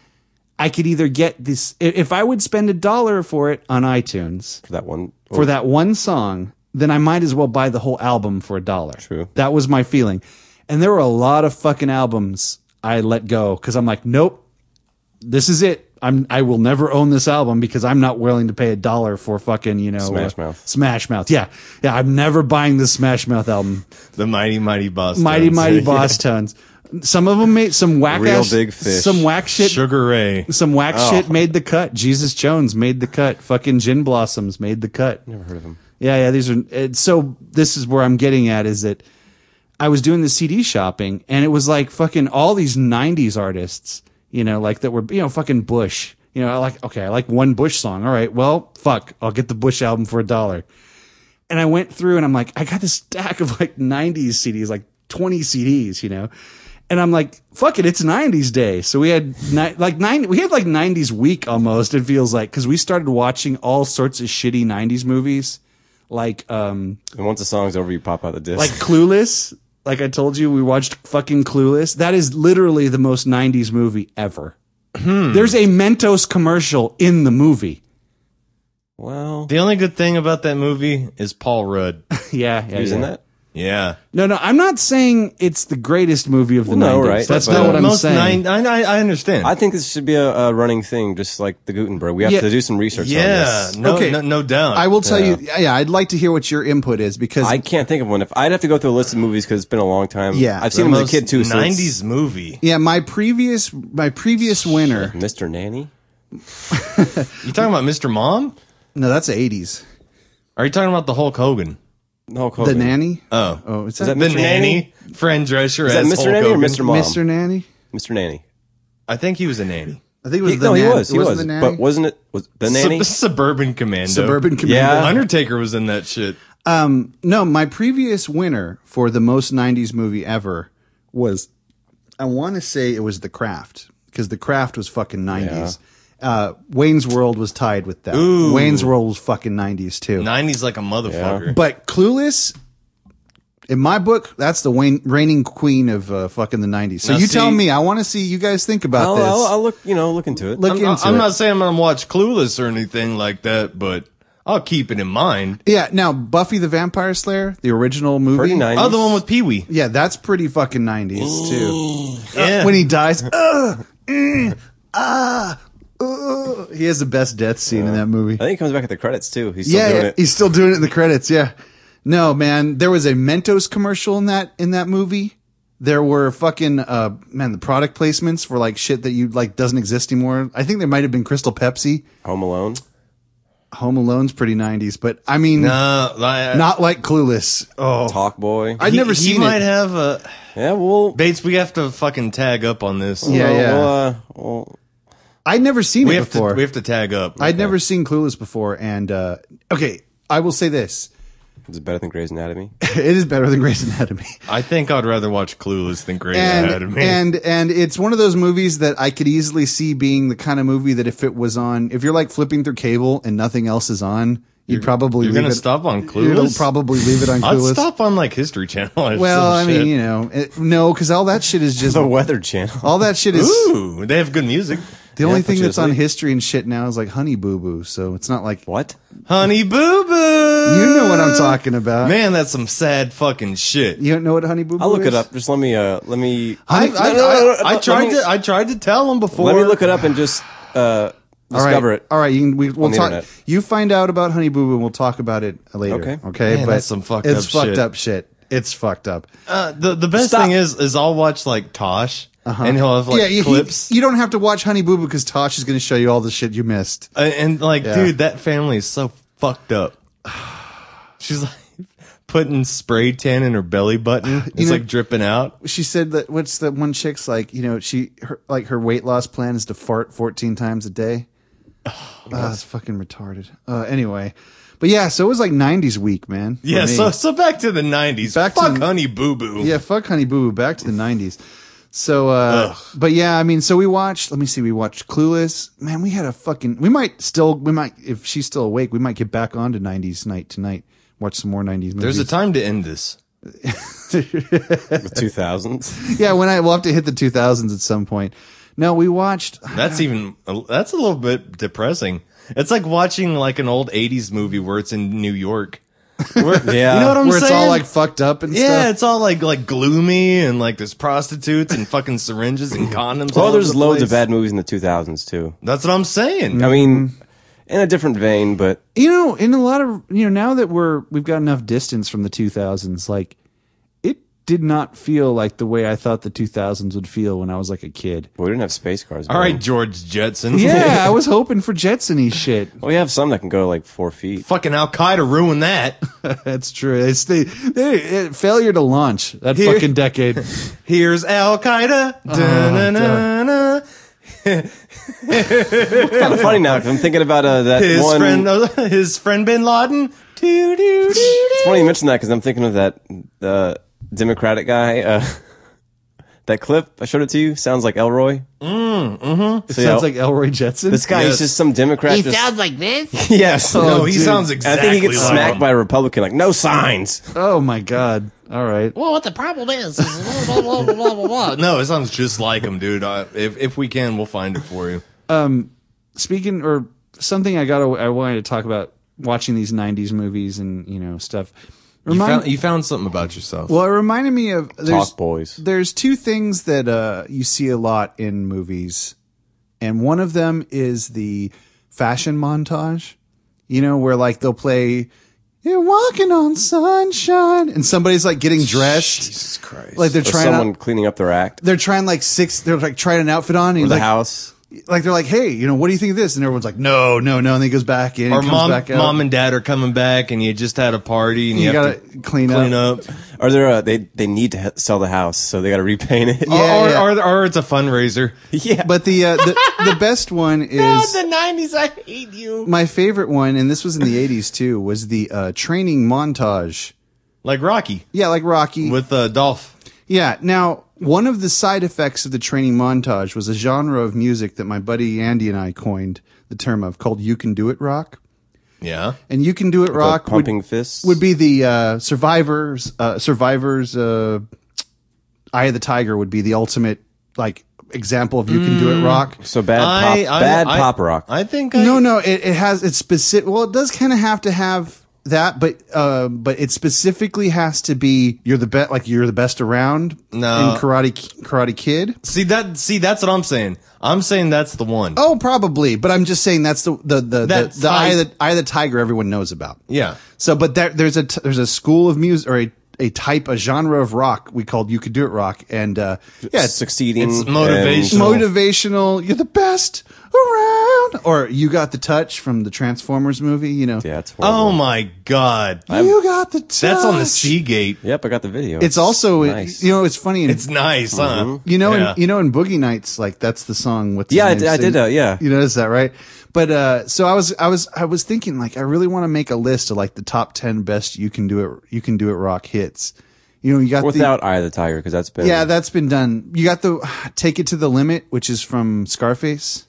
S3: I could either get this i- if I would spend a dollar for it on iTunes
S2: For that one.
S3: for that one song, then I might as well buy the whole album for a dollar.
S2: True.
S3: That was my feeling, and there were a lot of fucking albums I let go because I'm like, nope, this is it. I'm I will never own this album because I'm not willing to pay a dollar for fucking you know
S2: Smash
S3: uh,
S2: Mouth.
S3: Smash Mouth. Yeah, yeah. I'm never buying this Smash Mouth album.
S1: The mighty mighty boss.
S3: Mighty
S1: Tones.
S3: Mighty Boss Tones. Some of them made some whack
S2: Real
S3: ass,
S2: big fish.
S3: some whack shit,
S1: Sugar Ray.
S3: some whack
S2: Oh.
S3: shit made the cut. Jesus Jones made the cut. Fucking Gin Blossoms made the cut.
S2: Never heard of them.
S3: Yeah, yeah. These are it, so. This is where I'm getting at is that I was doing the CD shopping and it was like fucking all these '90s artists, you know, like that were you know fucking Bush. You know, I like okay, I like one Bush song. All right, well, fuck, I'll get the Bush album for a dollar. And I went through and I'm like, I got this stack of like '90s CDs, like 20 CDs, you know. And I'm like, fuck it, it's '90s day. So we had ni- like nine, we had like '90s week almost. It feels like because we started watching all sorts of shitty '90s movies like um
S2: And once the song's over, you pop out the disc.
S3: like clueless like i told you we watched fucking clueless that is literally the most 90s movie ever
S2: Hmm.
S3: there's a mentos commercial in the movie
S2: well,
S1: The only good thing about that movie is Paul Rudd.
S3: yeah, yeah,
S2: using
S3: yeah.
S2: that.
S1: Yeah.
S3: no no i'm not saying it's the greatest movie of the
S2: Well, no,
S3: 90s
S2: right,
S3: that's
S2: but-
S3: not what i'm
S1: Most
S3: saying
S1: nine, I, I I understand.
S2: I think this should be a, a running thing, just like the Gutenberg. We have
S3: Yeah.
S2: to do some research
S1: yeah.
S2: on this.
S1: No,
S3: Okay.
S1: no, no doubt.
S3: i will tell you yeah i'd like to hear what your input is because
S2: I can't think of one. If I'd have to go through a list of movies because it's been a long time.
S3: Yeah.
S2: I've
S1: The
S2: seen them as
S1: most
S2: a kid too. So it's-
S1: Nineties movie.
S3: yeah my previous my previous winner
S2: Mr. Nanny.
S1: You talking about Mr. Mom?
S3: no that's 80s
S1: Are you talking about the Hulk Hogan?
S2: No,
S3: the nanny
S1: Oh,
S3: oh it's
S2: that
S3: that,
S1: the
S2: Mr.
S1: nanny, Fran Drescher
S2: Is that
S1: as
S2: Mr.
S1: Hulk
S2: Nanny or
S1: Hogan.
S2: Mr. Mom?
S3: mr nanny
S2: Mr. Nanny.
S1: I think he was a nanny.
S3: i think it was
S2: He-
S3: the
S2: no, he
S3: Nan-
S2: was. He
S3: it wasn't
S2: was.
S3: the nanny
S2: But wasn't it was the nanny?
S1: Sub- Suburban Commando.
S3: suburban commander
S2: Yeah.
S1: Undertaker was in that shit.
S3: Um, no, my previous winner for the most '90s movie ever was, I want to say it was The Craft because The Craft was fucking '90s. Uh, Wayne's World was tied with that. Wayne's World was fucking '90s too.
S1: Nineties like a motherfucker.
S3: But Clueless, in my book, that's the Wayne, reigning queen of uh, fucking the '90s. So
S1: Now
S3: you
S1: see-
S3: tell me. I want to see you guys think about
S2: I'll,
S3: this.
S2: I'll, I'll look. You know, look into it.
S3: Look
S1: I'm,
S3: into
S1: I'm
S3: it.
S1: not saying I'm gonna watch Clueless or anything like that, but I'll keep it in mind.
S3: yeah. Now Buffy the Vampire Slayer, the original movie.
S2: Pretty nineties.
S1: Oh, the one with Pee Wee.
S3: Yeah, that's pretty fucking '90s too.
S1: Yeah.
S3: when he dies. Ugh, mm, ah, ugh. He has the best death scene in that movie.
S2: I think he comes back at the credits too. He's still
S3: Yeah,
S2: doing
S3: yeah,
S2: it.
S3: he's still doing it in the credits. Yeah, no man, there was a Mentos commercial in that in that movie. There were fucking uh man, the product placements for like shit that you like doesn't exist anymore. I think there might have been Crystal Pepsi.
S2: Home Alone.
S3: Home Alone's pretty nineties, but I mean,
S1: Uh, like,
S3: not like Clueless. Oh,
S2: Talk Boy.
S3: I'd
S1: he,
S3: never
S1: he
S3: seen
S1: might
S3: it.
S1: have a
S2: yeah, well,
S1: Bates. We have to fucking tag up on this.
S3: Yeah,
S2: well,
S3: yeah.
S2: Well, uh, well,
S3: I'd never seen
S1: we
S3: it
S1: have
S3: before.
S1: to we have to tag up.
S3: I'd never seen Clueless before, and uh okay, I will say this:
S2: it's better than Grey's Anatomy.
S3: it is better than Grey's Anatomy.
S1: I think I'd rather watch Clueless than Grey's
S3: and,
S1: Anatomy.
S3: and and it's one of those movies that I could easily see being the kind of movie that if it was on, if you're like flipping through cable and nothing else is on, you'd probably
S1: You're
S3: leave
S1: gonna
S3: it.
S1: stop on
S3: You'll
S1: Clueless?
S3: probably leave it on
S1: I'd
S3: Clueless.
S1: stop on like History Channel. Or
S3: well, I
S1: some
S3: mean,
S1: shit.
S3: you know, it, no, because all that shit is just
S1: Oh.
S2: The Weather Channel.
S3: all that shit is.
S1: Ooh, they have good music.
S3: The only thing
S2: which
S3: that's
S2: is
S3: on
S2: neat.
S3: history and shit now is like Honey Boo Boo, so it's not like
S2: What?
S1: Honey Boo Boo.
S3: you know what I'm talking about.
S1: Man, that's some sad fucking shit.
S3: You don't know what Honey Boo Boo
S2: I'll look
S3: is?
S2: it up. Just let me. Uh, let me.
S1: I,
S2: No,
S1: I,
S2: no, no, no,
S1: I, I
S2: let
S1: tried
S2: me-
S1: to I tried to tell him before.
S2: Let me look it up and just uh,
S3: All right.
S2: discover it.
S3: All right, you can, we, we'll
S2: the
S3: talk.
S2: internet.
S3: You find out about Honey Boo Boo, and we'll talk about it later.
S2: Okay.
S3: okay,
S1: Man,
S3: but
S1: that's some fucked
S3: it's
S1: up
S3: fucked
S1: shit.
S3: up shit. It's fucked up.
S1: Uh, the the best
S2: Stop.
S1: thing is is I'll watch like Tosh
S3: Uh-huh.
S1: and he'll have like
S3: you,
S1: clips
S3: You, you don't have to watch Honey Boo Boo because Tosh is going to show you all the shit you missed.
S1: and, and, like
S3: Yeah.
S1: dude that family is so fucked up. She's like putting spray tan in her belly button. It's
S3: know-
S1: like dripping out.
S3: She said that what's that one chick's like? You know, she her, like her weight loss plan is to fart fourteen times a day. Ah, it's fucking retarded. Uh, anyway, but yeah, so it was like '90s week, man. for
S1: Yeah,
S3: me.
S1: so so back to the 90s.
S3: Back to
S1: Fuck
S3: the-
S1: Honey Boo Boo.
S3: Yeah, fuck Honey Boo Boo. Back to the '90s. So, uh, but yeah, I mean, so we watched. Let me see, we watched Clueless. Man, we had a fucking. We might still. We might if she's still awake. We might get back on to '90s night tonight. Watch some more '90s movies.
S1: There's a time to end this.
S2: The 2000s.
S3: yeah, when I we'll have to hit the 2000s at some point. No, we watched.
S1: That's even that's a little bit depressing. It's like watching like an old 80s movie where it's in New York.
S2: yeah.
S1: You know what I'm
S3: uh, where it's all
S1: saying?
S3: like fucked up and
S1: Yeah,
S3: stuff.
S1: it's all like like gloomy and like there's prostitutes and fucking syringes and condoms. all
S2: Oh,
S1: over
S2: there's
S1: the
S2: loads
S1: place. Mm-hmm.
S2: of bad movies in the 2000s too.
S1: That's what I'm saying.
S2: I mean, in a different vein, but
S3: You know, in a lot of you know, now that we're we've got enough distance from the 2000s, like it did not feel like the way I thought the 2000s would feel when I was like a kid.
S2: we didn't have space cars.
S1: All right,
S2: man.
S1: George Jetson.
S3: Yeah, I was hoping for Jetsony shit.
S2: we have some that can go like four feet.
S1: fucking Al Qaeda ruined that.
S3: That's true. It's the they, it, failure to launch that
S1: Here-
S3: fucking decade.
S1: Here's Al Qaeda.
S3: Uh-huh.
S1: Da-na-na-na.
S2: kind of funny now 'cause I'm thinking about uh, that
S1: His
S2: one.
S1: friend, his friend Bin Laden. Doo, doo, doo, doo.
S3: Oh,
S2: It's funny you mention that because I'm thinking of that uh, Democratic guy. Uh, that clip I showed it to you sounds like Elroy. Mm, mm-hmm. So, yeah,
S3: Sounds like Elroy Jetson.
S2: this guy.
S1: Yes.
S2: He's just some Democrat.
S6: He
S2: just-
S6: sounds like this.
S2: yes.
S1: No, Oh, he
S3: dude.
S1: sounds
S2: I
S1: exactly.
S2: think he gets
S1: like
S2: smacked
S1: him.
S2: by a Republican. Like no signs.
S3: oh my god! All right.
S6: Well, what the problem is, is blah, blah, blah, blah, blah, blah.
S1: No, it sounds just like him, dude. I, if if we can, we'll find it for you.
S3: speaking or something I got I wanted to talk about watching these 90s movies and you know stuff.
S1: You
S3: Remind,
S1: found, you found something about yourself.
S3: well, it reminded me of there's,
S2: Talk boys.
S3: There's two things that uh, you see a lot in movies, and one of them is the fashion montage. You know, where like they'll play "You're Walking on Sunshine" and somebody's like getting dressed,
S1: Jesus Christ.
S3: like they're
S2: Or
S3: trying.
S2: someone
S3: out-
S2: cleaning up their act.
S3: they're trying like six. They're like trying an outfit on. And
S2: Or
S3: you're
S2: the
S3: like,
S2: house.
S3: like they're like, "Hey, you know, what do you think of this?" And everyone's like, "No, no, no." And he goes back in, and
S1: or
S3: comes
S1: mom,
S3: back out.
S1: mom and dad are coming back, and you just had a party, and you,
S3: you,
S1: have
S3: gotta
S1: to
S3: clean,
S1: clean
S3: up.
S1: up.
S2: Or they're uh, they they need to he- sell the house, so they got to repaint it.
S3: Yeah,
S1: or,
S3: yeah.
S1: Or, or it's a fundraiser.
S2: yeah.
S3: But the uh, the the best one is
S6: The 90s, I hate you.
S3: my favorite one, and this was in the '80s too. Was the uh, training montage?
S1: Like Rocky
S3: Yeah, like Rocky.
S1: with uh, Dolph.
S3: yeah. Now, one of the side effects of the training montage was a genre of music that my buddy Andy and I coined the term of called "You Can Do It Rock."
S1: Yeah.
S3: And "You Can Do It
S2: The
S3: Rock" would-
S2: pumping fists
S3: would be the uh, survivors uh, survivors uh, eye of the tiger would be the ultimate like example of you can do it rock
S2: so bad. Pop, bad
S1: I-
S2: pop rock.
S1: I think. I,
S3: no no it, it has it's specific well it does kind of have to have that but uh, but it specifically has to be you're the best like you're the best around
S1: No.
S3: in karate Ki- karate kid
S1: See that. See that's what I'm saying. I'm saying that's the one.
S3: oh probably but i'm just saying that's the the the,
S1: That
S3: the, the eye, of
S1: type-
S3: the, eye of the tiger everyone knows about
S1: Yeah.
S3: So, but there, there's a t- there's a school of music or a, a type a genre of rock we called you could do it rock and uh, yeah it's
S2: succeeding.
S1: It's
S2: and-
S1: motivation.
S3: motivational you're the best around or you got the touch from the Transformers movie you know
S2: Yeah, it's horrible.
S1: Oh my God.
S3: you got the touch
S1: that's on the Seagate.
S2: Yep, I got the video.
S3: It's also
S2: nice.
S3: you know it's funny in,
S1: It's nice, huh?
S2: Mm-hmm.
S3: you know
S1: Yeah.
S3: in, you know in Boogie Nights like that's the song with
S2: Yeah, I d- I did, uh, yeah.
S3: you noticed that right but uh, so I was I was I was thinking like I really want to make a list of like the top ten best you can do it you can do it rock hits. You know, you got the,
S2: without Eye of the Tiger because that's been
S3: Yeah, that's been done. You got the Take It to the Limit, which is from Scarface.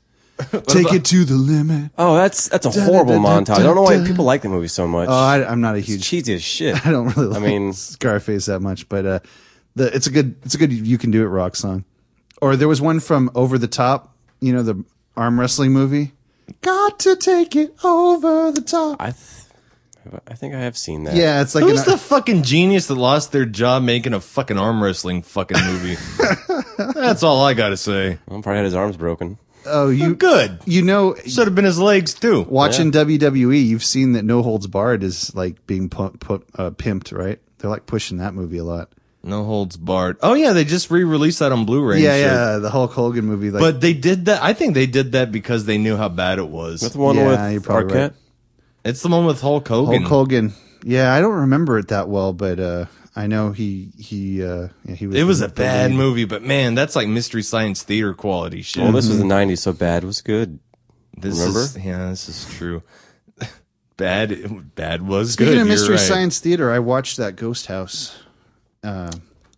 S3: Take it to the limit.
S2: oh that's that's a horrible montage. I don't know why people like the movie so much.
S3: Oh, I, I'm not a
S2: it's
S3: huge.
S2: cheesy as shit.
S3: I don't really. Like
S2: I mean,
S3: Scarface that much, but uh, the it's a good it's a good you can do it rock song. Or there was one from Over the Top. You know the arm wrestling movie? Got to take it over the top.
S2: I, th- I think I have seen that.
S3: Yeah, it's like
S1: Who's
S3: an-
S1: the fucking genius that lost their job making a fucking arm wrestling fucking movie? That's all I gotta say.
S2: Well, probably had his arms broken.
S3: oh you
S1: Good.
S3: you know
S1: Should have been his legs too.
S3: watching WWE, you've seen that No Holds Barred is like being pu- pu- uh, pimped, right? They're like pushing that movie a lot.
S1: No holds barred. Oh yeah, they just re-released that on Blu-ray. and
S3: yeah,
S1: shit.
S3: yeah, the Hulk Hogan movie. Like,
S1: But they did that. I think they did that because they knew how bad it was.
S2: That's the one
S3: Yeah, you're
S2: with
S3: probably
S2: Arquette.
S3: right.
S1: It's the one with Hulk Hogan.
S3: Hulk Hogan. Yeah, I don't remember it that well, but uh, I know he he uh, yeah, he was.
S1: It was a
S3: the
S1: bad
S3: lead.
S1: movie, but man, that's like mystery science theater quality shit.
S2: Well, this
S3: Mm-hmm.
S2: was the '90s, so bad was good.
S1: This
S2: remember?
S1: is yeah, this is true. Bad, bad was
S3: Speaking
S1: good. you're
S3: of mystery
S1: right.
S3: science theater, I watched that Ghost House.
S1: Oh yeah,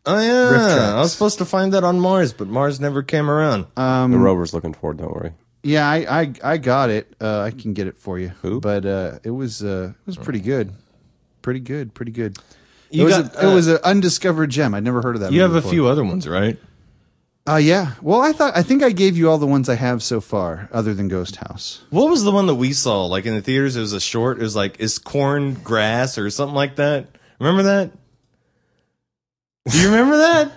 S1: I
S3: tracks. Uh,
S1: was supposed to find that on Mars, but Mars never came around.
S3: Um,
S2: the rover's looking for it. Don't worry.
S3: Yeah, I I, I got it. Uh, I can get it for you. But uh, it was uh, it was pretty good, pretty good, pretty good.
S1: You
S3: it was
S1: got,
S3: a, it
S1: uh,
S3: was an undiscovered gem. I'd never heard of that.
S1: You
S3: movie
S1: have a
S3: before.
S1: few other ones, right?
S3: Uh, yeah. Well, I thought I think I gave you all the ones I have so far, other than Ghost House.
S1: What was the one that we saw like in the theaters? It was a short. It was like is corn grass or something like that. Remember that? Do you remember that?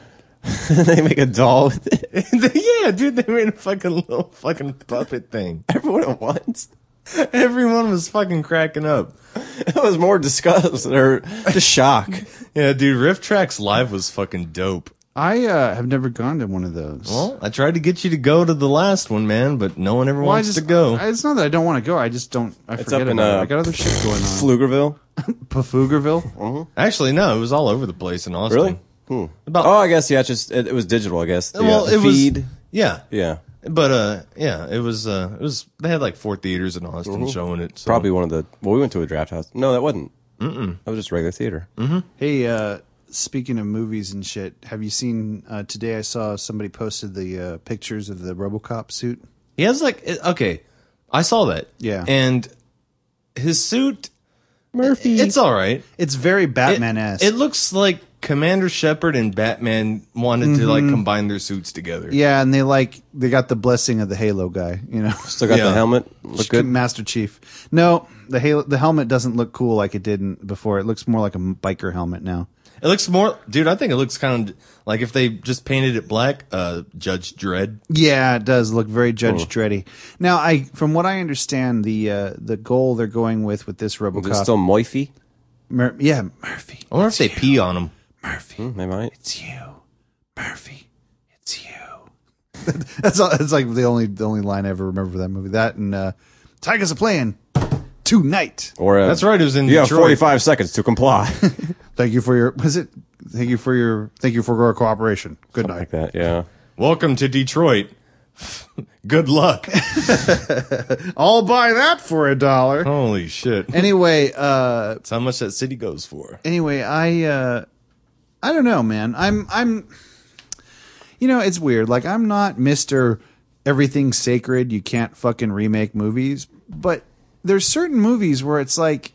S2: they make a doll with it.
S1: yeah, dude, they made a fucking little fucking puppet thing.
S2: everyone at once.
S1: Everyone was fucking cracking up.
S2: That was more disgust or just shock.
S1: Yeah, dude, Riff Tracks Live was fucking dope.
S3: I uh, have never gone to one of those.
S1: Well, I tried to get you to go to the last one, man, but no one ever
S3: Well, I
S1: wants
S3: just
S1: to go.
S3: I- it's not that I don't want to go. I just don't. I forget
S2: up
S3: about
S2: in,
S3: it.
S2: uh,
S3: I got other shit going on.
S2: Pflugerville.
S3: Pafougerville.
S1: Actually, no, it was all over the place in Austin.
S2: Really? Hmm.
S1: About-
S2: oh, I guess yeah. it's Just it, it was digital. I guess. The, uh,
S1: Well,
S2: the
S1: it
S2: feed.
S1: was. Yeah,
S2: yeah,
S1: but uh, yeah, it was. Uh, it was. They had like four theaters in Austin showing it. So.
S2: Mm-hmm. probably one of the. Well, we went to a draft house. No, that wasn't. Mm-mm. That was just regular theater.
S1: Mm-hmm.
S3: Hey, uh, speaking of movies and shit, have you seen uh, today? I saw somebody posted the uh, pictures of the RoboCop suit.
S1: He has like it- okay, I saw that.
S3: Yeah.
S1: and his suit.
S2: Murphy.
S1: It's all right.
S3: It's very
S1: It-
S3: Batman esque.
S1: It looks like Commander Shepard and Batman wanted to like combine their suits together.
S3: Mm-hmm. yeah, and they like they got the blessing of the Halo guy. You know,
S2: Still got
S1: Yeah.
S2: the helmet. Look good.
S3: Master Chief. No, the Halo, the helmet doesn't look cool like it did before. It looks more like a biker helmet now.
S1: It looks more, dude. I think it looks kind of like if they just painted it black. Uh, Judge Dredd.
S3: Yeah, it does look very Judge Dreddy. Now, I from what I understand, the uh, the goal they're going with with this RoboCop,
S2: There's still Moifi.
S3: Mur- yeah, Murphy,
S1: I wonder if they pee on him.
S3: Murphy,
S2: They might.
S3: it's you, Murphy, it's you. that's all, that's like the only the only line I ever remember from that movie. That and uh, Tigers are playing tonight.
S2: Or uh,
S1: That's right, it was in
S2: You have
S1: Detroit.
S2: 45 seconds to comply.
S3: Thank you for your was it? Thank you for your thank you for your cooperation. Good night.
S2: like that. Yeah.
S1: Welcome to Detroit. Good luck.
S3: I'll buy that for a dollar.
S1: Holy shit!
S3: Anyway, uh,
S1: That's how much that city goes for.
S3: anyway, I uh I don't know, man. I'm I'm you know, it's weird. Like I'm not Mr. Everything Sacred, you can't fucking remake movies, but there's certain movies where it's like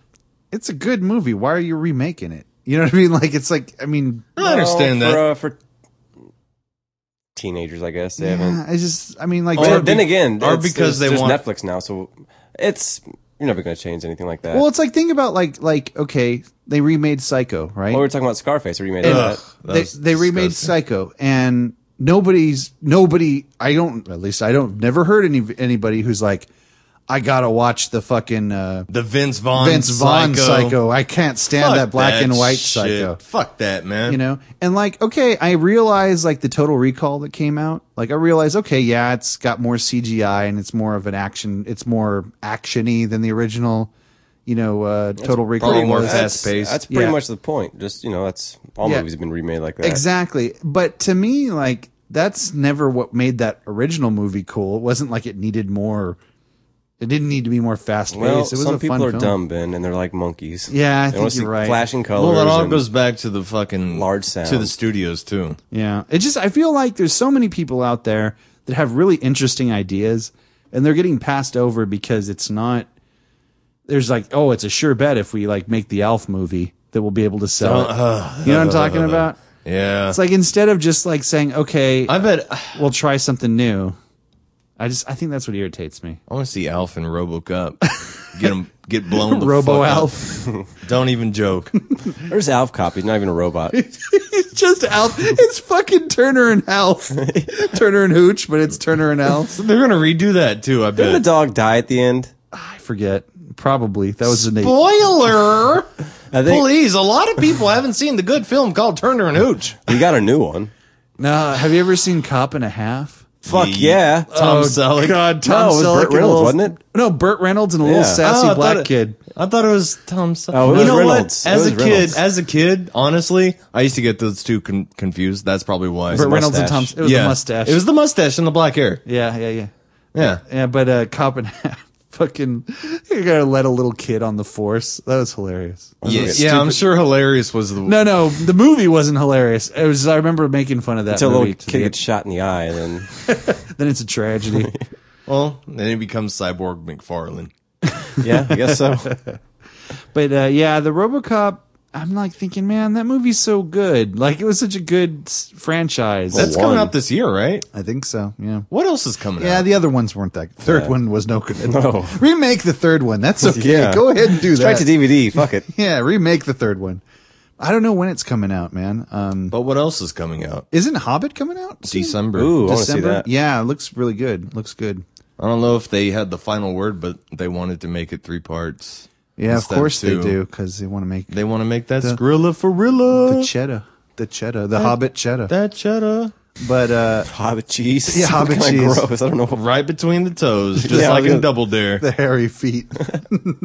S3: it's a good movie. Why are you remaking it? You know what I mean? Like it's like I mean
S1: I understand
S2: Well,
S1: that.
S2: For, uh, for teenagers, I guess. They
S3: yeah,
S2: haven't.
S3: I just I mean like
S2: But
S1: Or
S2: Oh, then
S1: be-
S2: again,
S1: or
S2: it's-
S1: because
S2: there's-
S1: they
S2: there's
S1: want-
S2: Netflix now, so it's. You're never going to change anything like that.
S3: well, it's like think about like like okay, they remade Psycho, right?
S2: Well, we were talking about Scarface. Or you made
S1: Ugh,
S2: that.
S1: that
S3: they,
S1: was
S3: they remade
S1: disgusting.
S3: Psycho, and nobody's nobody. I don't. At least I don't. Never heard any anybody who's like, I gotta watch the fucking uh,
S1: the Vince Vaughn
S3: Vince Vaughn
S1: psycho.
S3: psycho. I can't stand
S1: Fuck
S3: that black and white
S1: shit.
S3: psycho.
S1: Fuck that, man.
S3: You know, and like, okay, I realize like the Total Recall that came out. Like, I realize, okay, yeah, it's got more CGI and it's more of an action. It's more actiony than the original. You know, uh, Total Recall.
S1: probably more
S3: was.
S1: fast
S2: That's,
S1: paced.
S2: that's pretty
S3: Yeah.
S2: much the point. Just, you know, that's. All
S3: Yeah.
S2: movies have been remade like that.
S3: Exactly. But to me, like, that's never what made that original movie cool. It wasn't like it needed more, it didn't need to be more fast paced. it
S2: Well,
S3: was
S2: some
S3: a
S2: people
S3: fun
S2: are
S3: film.
S2: dumb, Ben, and they're like monkeys.
S3: Yeah, I
S2: they
S3: think
S2: wanna see
S3: you're right.
S2: Flashing colors.
S1: well, it all
S2: and-
S1: goes back to the fucking
S2: Large sound.
S1: to the studios too.
S3: Yeah. It just, I feel like there's so many people out there that have really interesting ideas and they're getting passed over because it's not, there's like, oh, it's a sure bet if we like make the Alf movie that we'll be able to sell. it.
S2: uh,
S3: you know what I'm talking about?
S1: Yeah,
S3: It's like instead of just like saying, okay,
S1: I bet.
S3: we'll try something new. I just I think that's what irritates me.
S1: I want to see Alf and RoboCop. Get him, get blown. The
S3: Robo
S1: fuck up.
S3: Alf.
S1: Don't even joke.
S2: There's Alf Cop. He's not even a robot.
S3: It's just Alf. It's fucking Turner and Alf. Turner and Hooch, but it's Turner and Alf.
S1: They're gonna redo that too. I
S2: Didn't the
S1: bet.
S2: dog die at the end?
S3: I forget. Probably that was the name.
S1: Spoiler.
S2: I think
S1: Please, a lot of people haven't seen the good film called Turner and Hooch.
S2: we got a new one.
S3: No, have you ever seen Cop and a Half?
S2: Fuck yeah.
S1: Tom Selleck.
S3: Oh, God,
S2: No,
S3: Tom
S2: it was
S3: Selleck
S2: Burt
S3: and a
S2: Reynolds,
S3: little-
S2: wasn't it?
S3: No, Burt Reynolds and a
S2: Yeah.
S3: little
S1: Oh,
S3: sassy
S1: I thought
S3: black
S1: it-
S3: kid.
S1: I thought it was Tom Selleck.
S2: Oh, it was
S1: you know
S2: Reynolds. It
S1: what? As
S2: was
S1: a
S2: Reynolds.
S1: kid, as a kid, honestly, I used to get those two con- confused. That's probably why.
S3: Burt Reynolds and Tom.
S2: mustache.
S3: It was the mustache.
S1: It was the mustache and the black hair.
S3: yeah, yeah, yeah,
S1: Yeah.
S3: yeah. But uh, Cop and a Half. Fucking, you gotta let a little kid on the force. That was hilarious.
S1: Yeah,
S2: it
S1: yeah, I'm sure hilarious was the
S3: No, no, the movie wasn't hilarious. It was. I remember making fun of that.
S2: Until a
S3: Uh, movie
S2: little
S3: to
S2: kid
S3: the-
S2: gets shot in the eye, and then
S3: then it's a tragedy.
S1: Well, then he becomes Cyborg McFarlane.
S2: yeah, I guess so.
S3: But uh, yeah, the RoboCop. I'm like thinking, man, that movie's so good. Like it was such a good s- franchise.
S1: That's
S2: One.
S1: coming out this year, right?
S3: I think so. Yeah.
S1: What else is coming
S3: Yeah,
S1: out?
S3: the other ones weren't that. Third one was no good.
S2: No.
S3: remake the third one. That's okay.
S2: Yeah.
S3: Go ahead and do
S2: Straight
S3: that.
S2: to DVD. Fuck it.
S3: yeah, remake the third one. I don't know when it's coming out, man. Um,
S1: But what else is coming out?
S3: isn't Hobbit coming out? soon?
S1: December.
S2: Ooh, I want to see
S3: December.
S2: that.
S3: Yeah, it looks really good. Looks good.
S1: I don't know if they had the final word, but they wanted to make it three parts.
S3: Yeah,
S1: Instead
S3: of course
S1: two.
S3: they do because they want to make
S1: They want to make that Skrilla Farilla.
S3: the cheddar, the cheddar, the Hobbit cheddar.
S1: that cheddar.
S3: but uh,
S2: Hobbit cheese.
S3: Yeah, hobbit
S2: Kinda
S3: cheese.
S2: Gross. I don't know.
S1: Right between the toes, just
S2: Yeah,
S1: like
S2: yeah.
S1: in Double Dare.
S3: the hairy feet.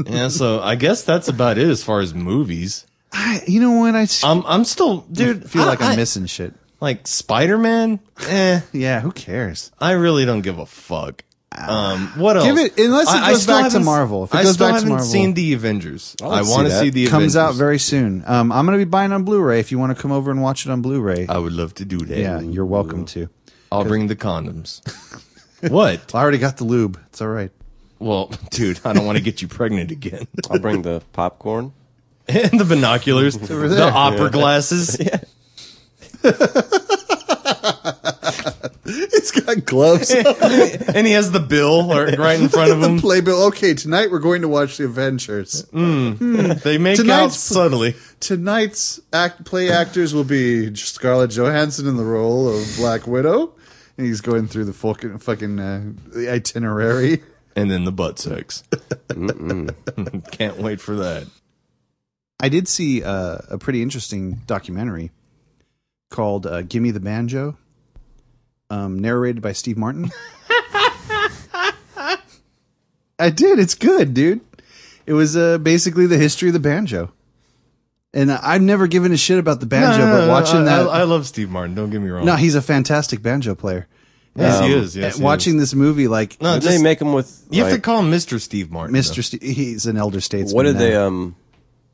S1: yeah, so I guess that's about it as far as movies.
S3: I, you know what? I s-
S1: I'm I'm still, dude.
S3: feel like
S1: I,
S3: I'm
S1: I-
S3: missing shit.
S1: like Spider Man. Eh,
S3: Yeah, who cares?
S1: I really don't give a fuck. Um, what else?
S3: Give it- unless it goes
S1: still
S3: back to
S1: haven't s-
S3: Marvel. If it
S1: I
S3: goes
S1: still
S3: back to
S1: haven't
S3: Marvel.
S1: seen the Avengers. I,
S2: see
S1: want to
S2: that.
S1: see the
S3: Comes out
S1: Avengers.
S3: very soon. Um, I'm gonna be buying on Blu-ray. If you want to come over and watch it on Blu-ray,
S1: I would love to do that.
S3: yeah, you're welcome to.
S1: I'll bring the condoms. what?
S3: I already got the lube. It's all right.
S1: Well, dude, I don't want to get you pregnant again.
S2: I'll bring the popcorn.
S1: and the binoculars, the
S3: there.
S1: opera glasses.
S3: It's got gloves.
S1: and he has the bill or- right in front of him.
S3: Playbill. Okay, tonight we're going to watch the Avengers.
S1: They make out
S3: Tonight's-
S1: subtly.
S3: Tonight's act play actors will be Scarlett Johansson in the role of Black Widow, and he's going through the fucking fucking uh, the itinerary.
S1: And then the butt sex. Can't wait for that.
S3: I did see uh, a pretty interesting documentary called uh, "Gimme the Banjo," um, narrated by Steve Martin. I did. It's good, dude. It was uh, basically the history of the banjo, and I've never given a shit about the banjo, but watching
S1: Uh, I,
S3: that,
S1: I, I love Steve Martin. Don't get me wrong.
S3: no, he's a fantastic banjo player.
S1: yes, he is. Yes, he
S3: watching
S1: is.
S3: this movie, like
S1: No,
S2: Did
S1: just,
S2: they make them with?
S1: you have to
S2: like,
S1: call him Mr. Steve Martin.
S3: Mr. Ste he's an elder statesman.
S2: what did
S3: now.
S2: they um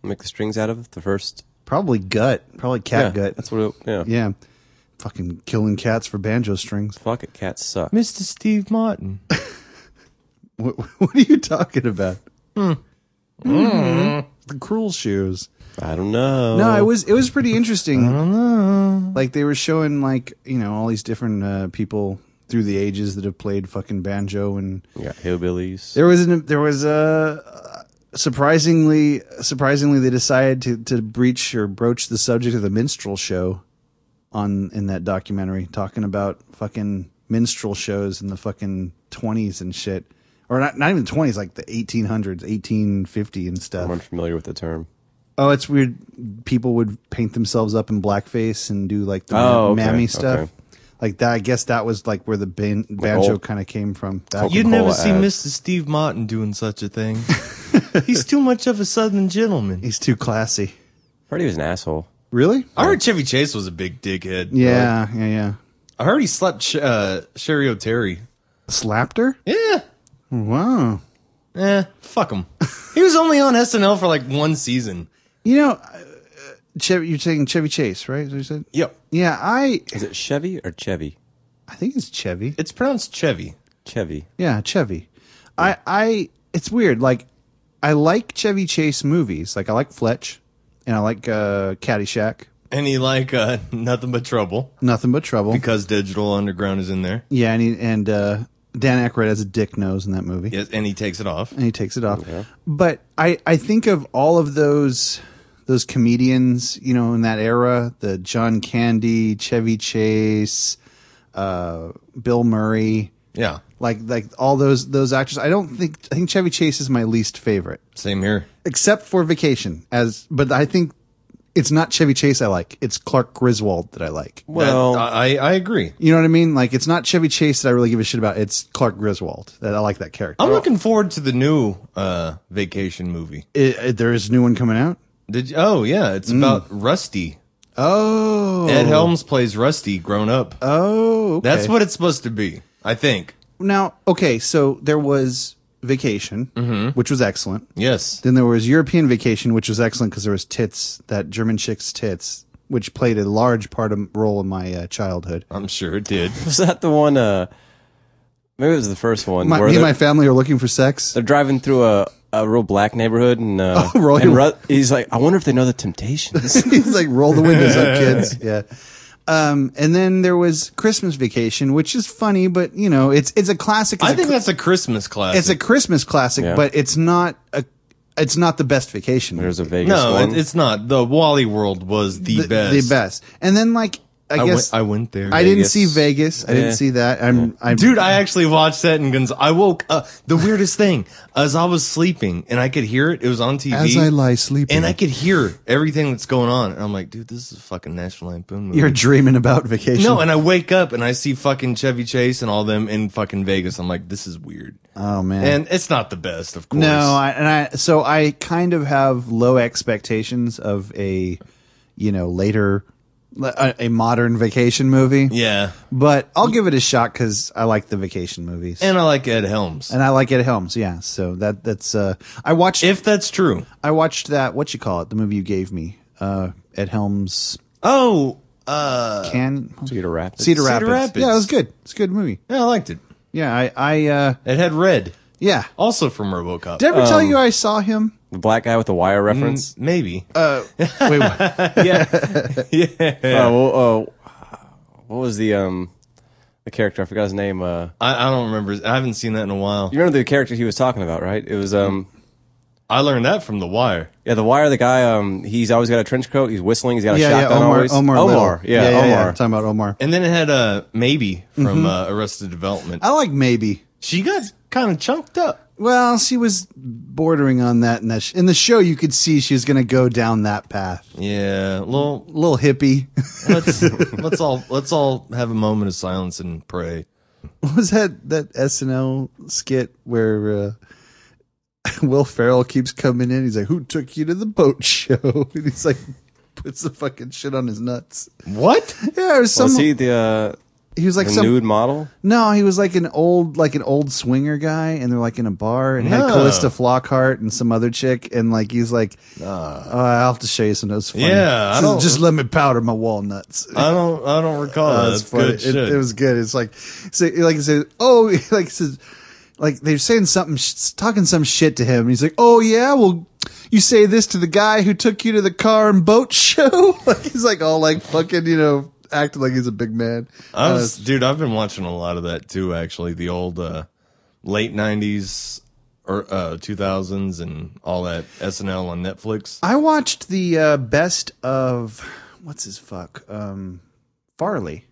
S2: make the strings out of? The first.
S3: Probably gut. Probably
S2: Yeah,
S3: cat gut.
S2: that's what. It, yeah.
S3: Yeah. Fucking killing cats for banjo strings.
S2: Fuck it. Cats suck.
S1: though. Mr. Steve Martin.
S3: What, what are you talking about? Hmm. Mm-hmm. The cruel shoes.
S2: I don't know.
S3: No, it was it was pretty interesting. Like they were showing like you know all these different uh, people through the ages that have played fucking banjo, and
S2: You got hillbillies.
S3: there was an, there was a surprisingly surprisingly they decided to to breach or broach the subject of the minstrel show on in that documentary talking about fucking minstrel shows in the fucking 20s and shit or not not even 20s like the 1800s 1850 and stuff
S2: I'm unfamiliar with the term.
S3: oh it's weird people would paint themselves up in blackface and do like the
S2: Oh, okay,
S3: mammy stuff
S2: okay.
S3: like that i guess that was like where the ban- banjo
S2: old-
S3: kind of came from That-
S1: You'd never
S2: Cola
S1: see
S2: ad.
S1: Mr. Steve Martin doing such a thing. he's too much of a southern gentleman.
S3: he's too classy
S2: I heard he was an asshole.
S3: really
S1: I heard Chevy Chase was a big dickhead.
S3: yeah yeah yeah
S1: I heard he slept Sh- uh, Sherry O'Terry.
S3: slapped her?
S1: Yeah.
S3: Mm. Wow.
S1: Eh, fuck him. he was only on SNL for like one season.
S3: You know, uh, Chevy, you're saying Chevy Chase, right? Is what you said?
S1: Yep.
S3: Yeah, I
S2: Is it Chevy or Chevy?
S3: I think it's Chevy.
S1: It's pronounced Chevy.
S2: Chevy.
S3: Yeah, Chevy. I I it's weird. Like I like Chevy Chase movies. Like I like Fletch and I like uh Caddyshack.
S1: And he like uh, nothing but trouble
S3: Nothing but trouble.
S1: because Digital Underground is in there.
S3: yeah, and he, and uh Dan Aykroyd has a dick nose in that movie.
S1: Yes, and he takes it off.
S3: and he takes it off. But I, I think of all of those those comedians, you know, in that era, the John Candy, Chevy Chase, uh, Bill Murray,
S1: Yeah,
S3: like like all those those actors. I don't think I think Chevy Chase is my least favorite,
S1: same here.
S3: except for Vacation. As but I think it's not Chevy Chase I like. It's Clark Griswold that I like.
S2: Well,
S1: That- uh, I I agree.
S3: You know what I mean? Like it's not Chevy Chase that I really give a shit about. It's Clark Griswold that I like that character.
S1: I'm looking forward to the new uh vacation movie.
S3: It- it- there is a new one coming out.
S1: Did you, oh yeah, it's about Rusty.
S3: Mm. Oh,
S1: Ed Helms plays Rusty grown up.
S3: Oh, okay.
S1: That's what it's supposed to be, I think.
S3: Now, okay, so there was Vacation,
S1: Mm-hmm.
S3: which was excellent.
S1: Yes.
S3: Then there was European Vacation, which was excellent because there was tits, that German chick's tits, which played a large part of role in my uh, childhood.
S1: I'm sure it did.
S2: was that the one? Uh, maybe it was the first
S1: Um,
S2: one
S3: My,
S2: where
S3: me
S2: they're,
S3: and my family are looking for sex.
S2: they're driving through a, a real black neighborhood, and, uh,
S3: Oh, really?
S2: and Ru- he's like, "I wonder if they know the Temptations."
S3: He's like, roll the windows up, kids. Yeah. Um, and then there was Christmas Vacation, which is funny, but you know, it's it's a classic. It's
S1: I
S3: a
S1: think
S3: cl-
S1: that's a Christmas classic.
S3: it's a Christmas classic,
S2: Yeah.
S3: but it's not a it's not the best vacation.
S2: There's a Vegas
S1: no,
S2: one.
S1: it, it's not. The Wally World was the, best.
S3: The best. And then like I,
S1: I,
S3: guess
S1: went, I went there.
S3: I didn't
S2: Vegas.
S3: see Vegas. I didn't
S2: Yeah.
S3: see that. I'm, I'm
S1: Dude, I actually watched that in Guns. I woke up. The weirdest thing, as I was sleeping and I could hear it, it was on TV.
S3: As I lie sleeping.
S1: And I could hear everything that's going on. And I'm like, dude, this is a fucking National Lampoon movie.
S3: you're dreaming about vacation.
S1: no, and I wake up and I see fucking Chevy Chase and all them in fucking Vegas. I'm like, this is weird.
S3: oh man.
S1: and it's not the best, of course.
S3: no, I, and I so I kind of have low expectations of a you know later a, a modern vacation movie.
S1: yeah.
S3: But I'll give it a shot cuz I like the vacation movies.
S1: And I like Ed Helms.
S3: And I like Ed Helms, yeah. So that that's uh I watched
S1: if that's true.
S3: I watched that what you call it, the movie you gave me. Uh Ed Helms
S1: Oh, uh,
S3: can
S2: Cedar Rapids.
S3: Cedar
S1: Cedar
S3: Rapids.
S1: Rapids.
S3: Yeah, it was good. It's a good movie.
S1: yeah, I liked it.
S3: Yeah, I, I, uh,
S1: It had red,
S3: yeah.
S1: also from RoboCop. Uh,
S3: Did I ever tell you
S2: Um,
S3: I saw him?
S2: the black guy with the wire reference.
S1: Maybe.
S3: Uh, Wait, what?
S2: Oh, well, uh, what was the um the character? I forgot his name. Uh,
S1: I, I don't remember. I haven't seen that in a while.
S2: you remember the character he was talking about, right? It was um
S1: I learned that from The Wire.
S2: yeah, the wire. The guy um he's always got a trench coat. He's whistling. He's got a
S3: yeah, yeah,
S2: shotgun.
S3: Omar,
S2: always.
S3: Omar,
S2: Omar.
S3: Little.
S2: Yeah, Omar.
S3: Talking about Omar.
S1: And then it had uh, Maybe from
S3: Mm-hmm.
S1: uh, Arrested Development.
S3: I like maybe.
S1: She got kind of chunked up.
S3: Well, she was bordering on that in that sh- in the show. You could see she was going to go down that path.
S1: Yeah. Well,
S3: A little hippie.
S1: let's let's all let's all have a moment of silence and pray.
S3: What was that that SNL skit where uh, Will Ferrell keeps coming in? He's like, "Who took you to the boat show?" And he's like, puts the fucking shit on his nuts.
S1: What?
S3: Yeah, or some.
S2: Was he the, uh,
S3: he was like
S2: the
S3: some
S2: nude model?
S3: No, he was like an old, like an old swinger guy, and they're like in a bar and had
S1: No.
S3: Callista Flockhart and some other chick, and like he's like, oh, I'll have to show you some notes. Funny.
S1: Uh. Yeah, I
S3: Just-
S1: don't-
S3: just let me powder my walnuts.
S1: I don't I don't recall.
S3: Oh,
S1: that's
S3: funny.
S1: good
S3: It-
S1: shit.
S3: It, was good. It's like, so, like he said, oh, like he says, like they're saying something, sh- talking some shit to him. And he's like, oh yeah, well, you say this to the guy who took you to the car and boat show. like he's like all like fucking, you know, acting like he's a big man.
S1: I
S3: Uh,
S1: was, dude, I've been watching a lot of that too. Actually, the old uh, late '90s or uh, 2000s and all that SNL on Netflix.
S3: I watched the uh, best of what's his fuck um, Farley,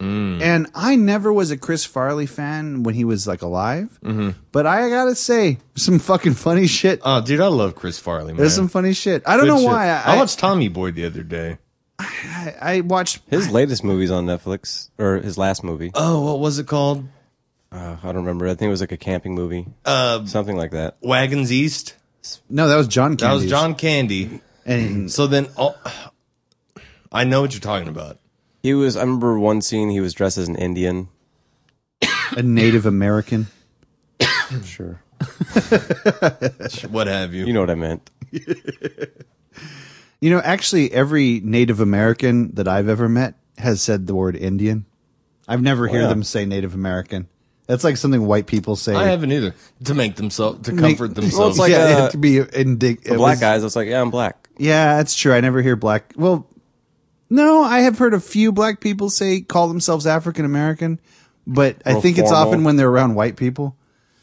S1: Mm.
S3: and I never was a Chris Farley fan when he was like alive. But I gotta say, some fucking funny shit.
S1: Mm-hmm. Oh, dude, I love Chris Farley. Man.
S3: There's some funny shit. I don't
S1: Good
S3: know
S1: shit.
S3: why.
S1: I,
S3: I,
S1: watched Tommy Boy the other day.
S3: I, I watched.
S2: His latest movie's on Netflix, or his last movie.
S1: Oh, what was it called?
S2: Uh, I don't remember. I think it was like a camping movie, something like that.
S1: Wagons East.
S3: No, that was John.
S1: That was
S3: Candy's.
S1: John Candy.
S3: And
S1: So then, oh, I know what you're talking about.
S2: He was. I remember one scene. He was dressed as an Indian.
S3: a Native American.
S2: Sure,
S1: What have you?
S2: you know what I meant.
S3: You know, actually, every Native American that I've ever met has said the word Indian. I've never
S1: Oh,
S3: heard
S2: Wow.
S3: them say Native American. That's like something white people say.
S1: I haven't either. To make themselves, to comfort themselves.
S2: Well, it's like,
S3: yeah,
S2: uh,
S3: it had to be indig- it
S2: black
S3: was-
S2: guys. I was like, yeah, I'm black.
S3: Yeah, that's true. I never hear black. Well, no, I have heard a few black people say call themselves African American, but I
S2: Real
S3: think it's
S2: formal.
S3: often when they're around white people.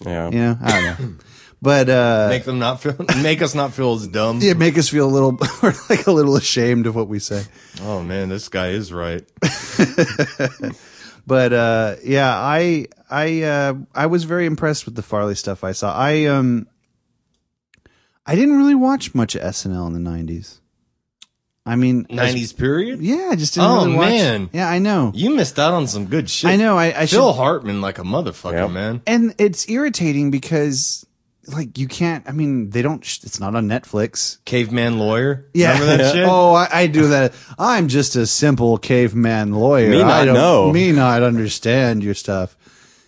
S2: Yeah.
S3: You know, I don't know. But uh,
S1: Make them not feel, make us not feel as dumb.
S3: yeah, make us feel a little, we're like a little ashamed of what we say.
S1: Oh man, this guy is right.
S3: but uh, yeah, I I uh, I was very impressed with the Farley stuff I saw. I um I didn't really watch much SNL in the nineties. I mean, as-
S1: Nineties period.
S3: Yeah, I just didn't.
S1: Oh,
S3: really watch.
S1: man.
S3: yeah, I know.
S1: You missed out on some good shit.
S3: I know, I- I
S1: Phil
S3: should-
S1: Hartman like a motherfucker,
S2: Yep.
S1: man.
S3: and it's irritating because like you can't. I mean, they don't. sh- It's not on Netflix.
S1: Caveman lawyer.
S3: Yeah.
S1: Remember that shit?
S3: Oh, I, I do that. I'm just a simple caveman lawyer.
S2: Me
S3: I
S2: not
S3: don't,
S2: know.
S3: Me not understand your stuff.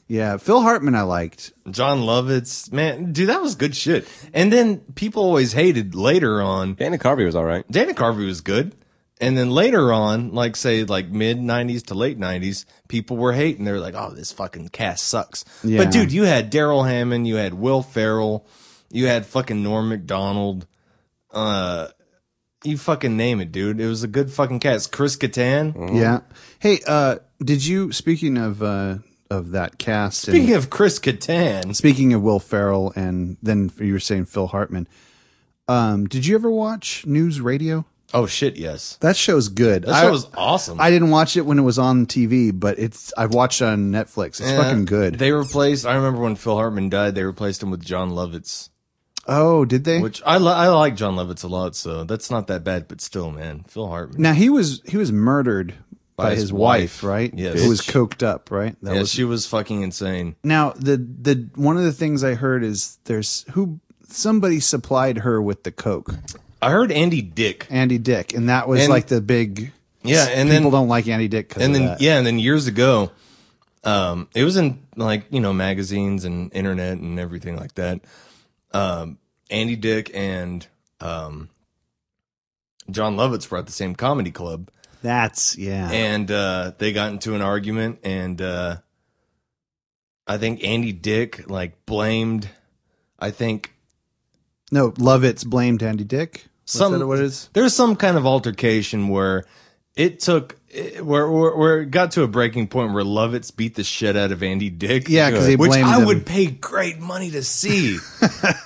S3: Yeah, Phil Hartman, I liked.
S1: John Lovitz, man, dude, that was good shit. And then people always hated later on.
S2: Dana Carvey was all right.
S1: Dana Carvey was good, and then later on, like say like mid '90s to late '90s, people were hating. They were like, "Oh, this fucking cast sucks."
S3: Yeah.
S1: But dude, you had Daryl Hammond, you had Will Ferrell, you had fucking Norm Macdonald. Uh, you fucking name it, dude. It was a good fucking cast. Chris Kattan.
S3: Yeah. Hey, uh, did you speaking of uh, of that cast?
S1: Speaking
S3: and,
S1: of Chris Kattan,
S3: speaking of Will Ferrell, and then you were saying Phil Hartman. Um, did you ever watch News Radio?
S1: oh shit, yes,
S3: That show's good.
S1: that show was awesome.
S3: I didn't watch it when it was on TV, but it's I've watched it on Netflix. It's
S1: Yeah.
S3: fucking good.
S1: They replaced. I remember when Phil Hartman died, they replaced him with John Lovitz,
S3: oh, did they?
S1: which I li- I like John Lovitz a lot, so that's not that bad. But still, man, Phil Hartman.
S3: Now he was he was murdered by, his,
S1: his wife.
S3: wife, right?
S1: Yes.
S3: who was coked up, right? That
S1: yeah,
S3: was
S1: she was fucking insane.
S3: now the the one of the things I heard is there's who somebody supplied her with the coke,
S1: I heard Andy Dick,
S3: Andy Dick, and that was
S1: And-
S3: like the big
S1: Yeah, and then-
S3: people don't like Andy Dick because
S1: and then
S3: that.
S1: yeah, and then years ago, um, it was in like you know magazines and internet and everything like that. Um, Andy Dick and um, John Lovitz were at the same comedy club,
S3: that's yeah
S1: and uh, they got into an argument, and uh, I think Andy Dick like blamed, I think
S3: no Lovitz blamed Andy Dick. Was
S1: some
S3: that what it is?
S1: there's some kind of altercation where it took it- where, where where it got to a breaking point where Lovitz beat the shit out of Andy Dick.
S3: Yeah, 'cause they
S1: which
S3: blamed
S1: I
S3: him.
S1: would pay great money to see.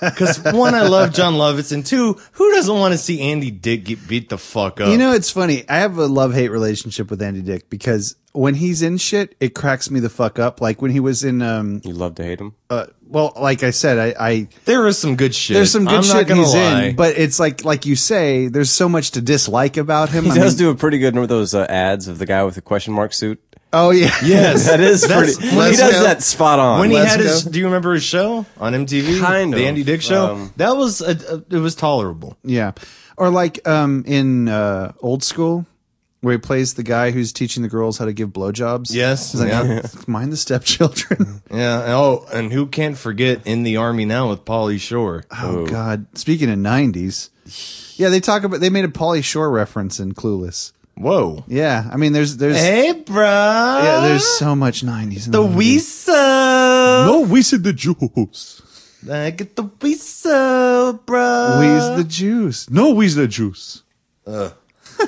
S1: Because one, I love John Lovitz, and two, who doesn't want to see Andy Dick get beat the fuck up?
S3: You know, it's funny. I have a love hate relationship with Andy Dick because when he's in shit, it cracks me the fuck up. Like when he was in, um,
S2: You love to hate him.
S3: uh, well, like I said, I, I
S1: there is some good shit.
S3: there's some good
S1: I'm not
S3: shit
S1: gonna
S3: he's
S1: lie.
S3: in, but it's like like you say, there's so much to dislike about him.
S2: He
S3: I
S2: does
S3: mean-
S2: do a pretty good. Remember those uh, ads of the guy with the question mark suit?
S3: Oh yeah,
S1: yes,
S2: That is
S1: That's-
S2: pretty. He
S1: let's
S2: does
S1: go.
S2: that spot on.
S1: when he
S2: Let's
S1: had his,
S2: go.
S1: do you remember his show on MTV?
S2: Kind
S1: the
S2: of.
S1: Andy Dick show.
S2: Um,
S1: that was a, a, it was tolerable.
S3: yeah. Or like um in uh, old school. Where he plays the guy who's teaching the girls how to give blowjobs.
S1: Yes,
S3: He's like,
S1: yeah.
S3: mind the stepchildren.
S1: Yeah. and- Oh, and who can't forget in the army now with Polly Shore?
S3: Oh God! Speaking of '90s, yeah, they talk about they made a Polly Shore reference in Clueless.
S1: Whoa.
S3: Yeah, I mean, there's there's
S1: Hey, bro.
S3: yeah, there's so much '90s. in
S1: the
S3: movie.
S1: weasel.
S3: we said the juice.
S1: I get the weasel, bro.
S3: We's the juice. No, we's the juice.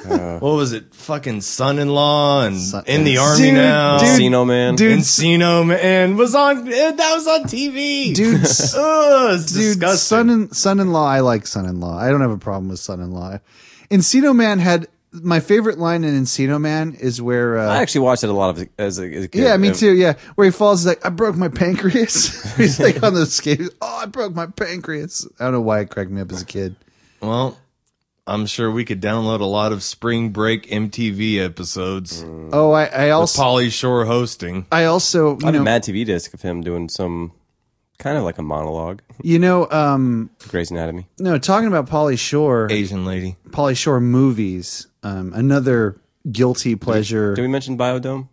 S1: what was it? Fucking son-in-law and
S3: Son-
S1: in the
S3: Dude,
S1: army now.
S3: dude.
S2: Encino man.
S3: Dude.
S1: Encino man was on. eh, That was on TV.
S3: Dude,
S1: Ugh, it's
S3: dude,
S1: disgusting.
S3: son in son in law. I like son in law. I don't have a problem with son in law. Encino Man had my favorite line in Encino Man is where.
S2: I
S3: Uh,
S2: actually watched it a lot of as a, as a kid.
S3: yeah, me
S2: Uh,
S3: too. Yeah, where he falls he's like I broke my pancreas. he's like on the skate. Oh, I broke my pancreas. I don't know why it cracked me up as a kid.
S1: Well, I'm sure we could download a lot of spring break MTV episodes.
S3: Oh, I, I also
S1: Polly Shore hosting.
S3: I also you
S2: I had
S3: know
S2: a Mad TV disc of him doing some kind of like a monologue.
S3: you know um
S2: Grey's Anatomy.
S3: no talking about Polly Shore.
S1: Asian lady.
S3: Polly Shore movies. Um, another guilty pleasure.
S2: Did we mention Biodome?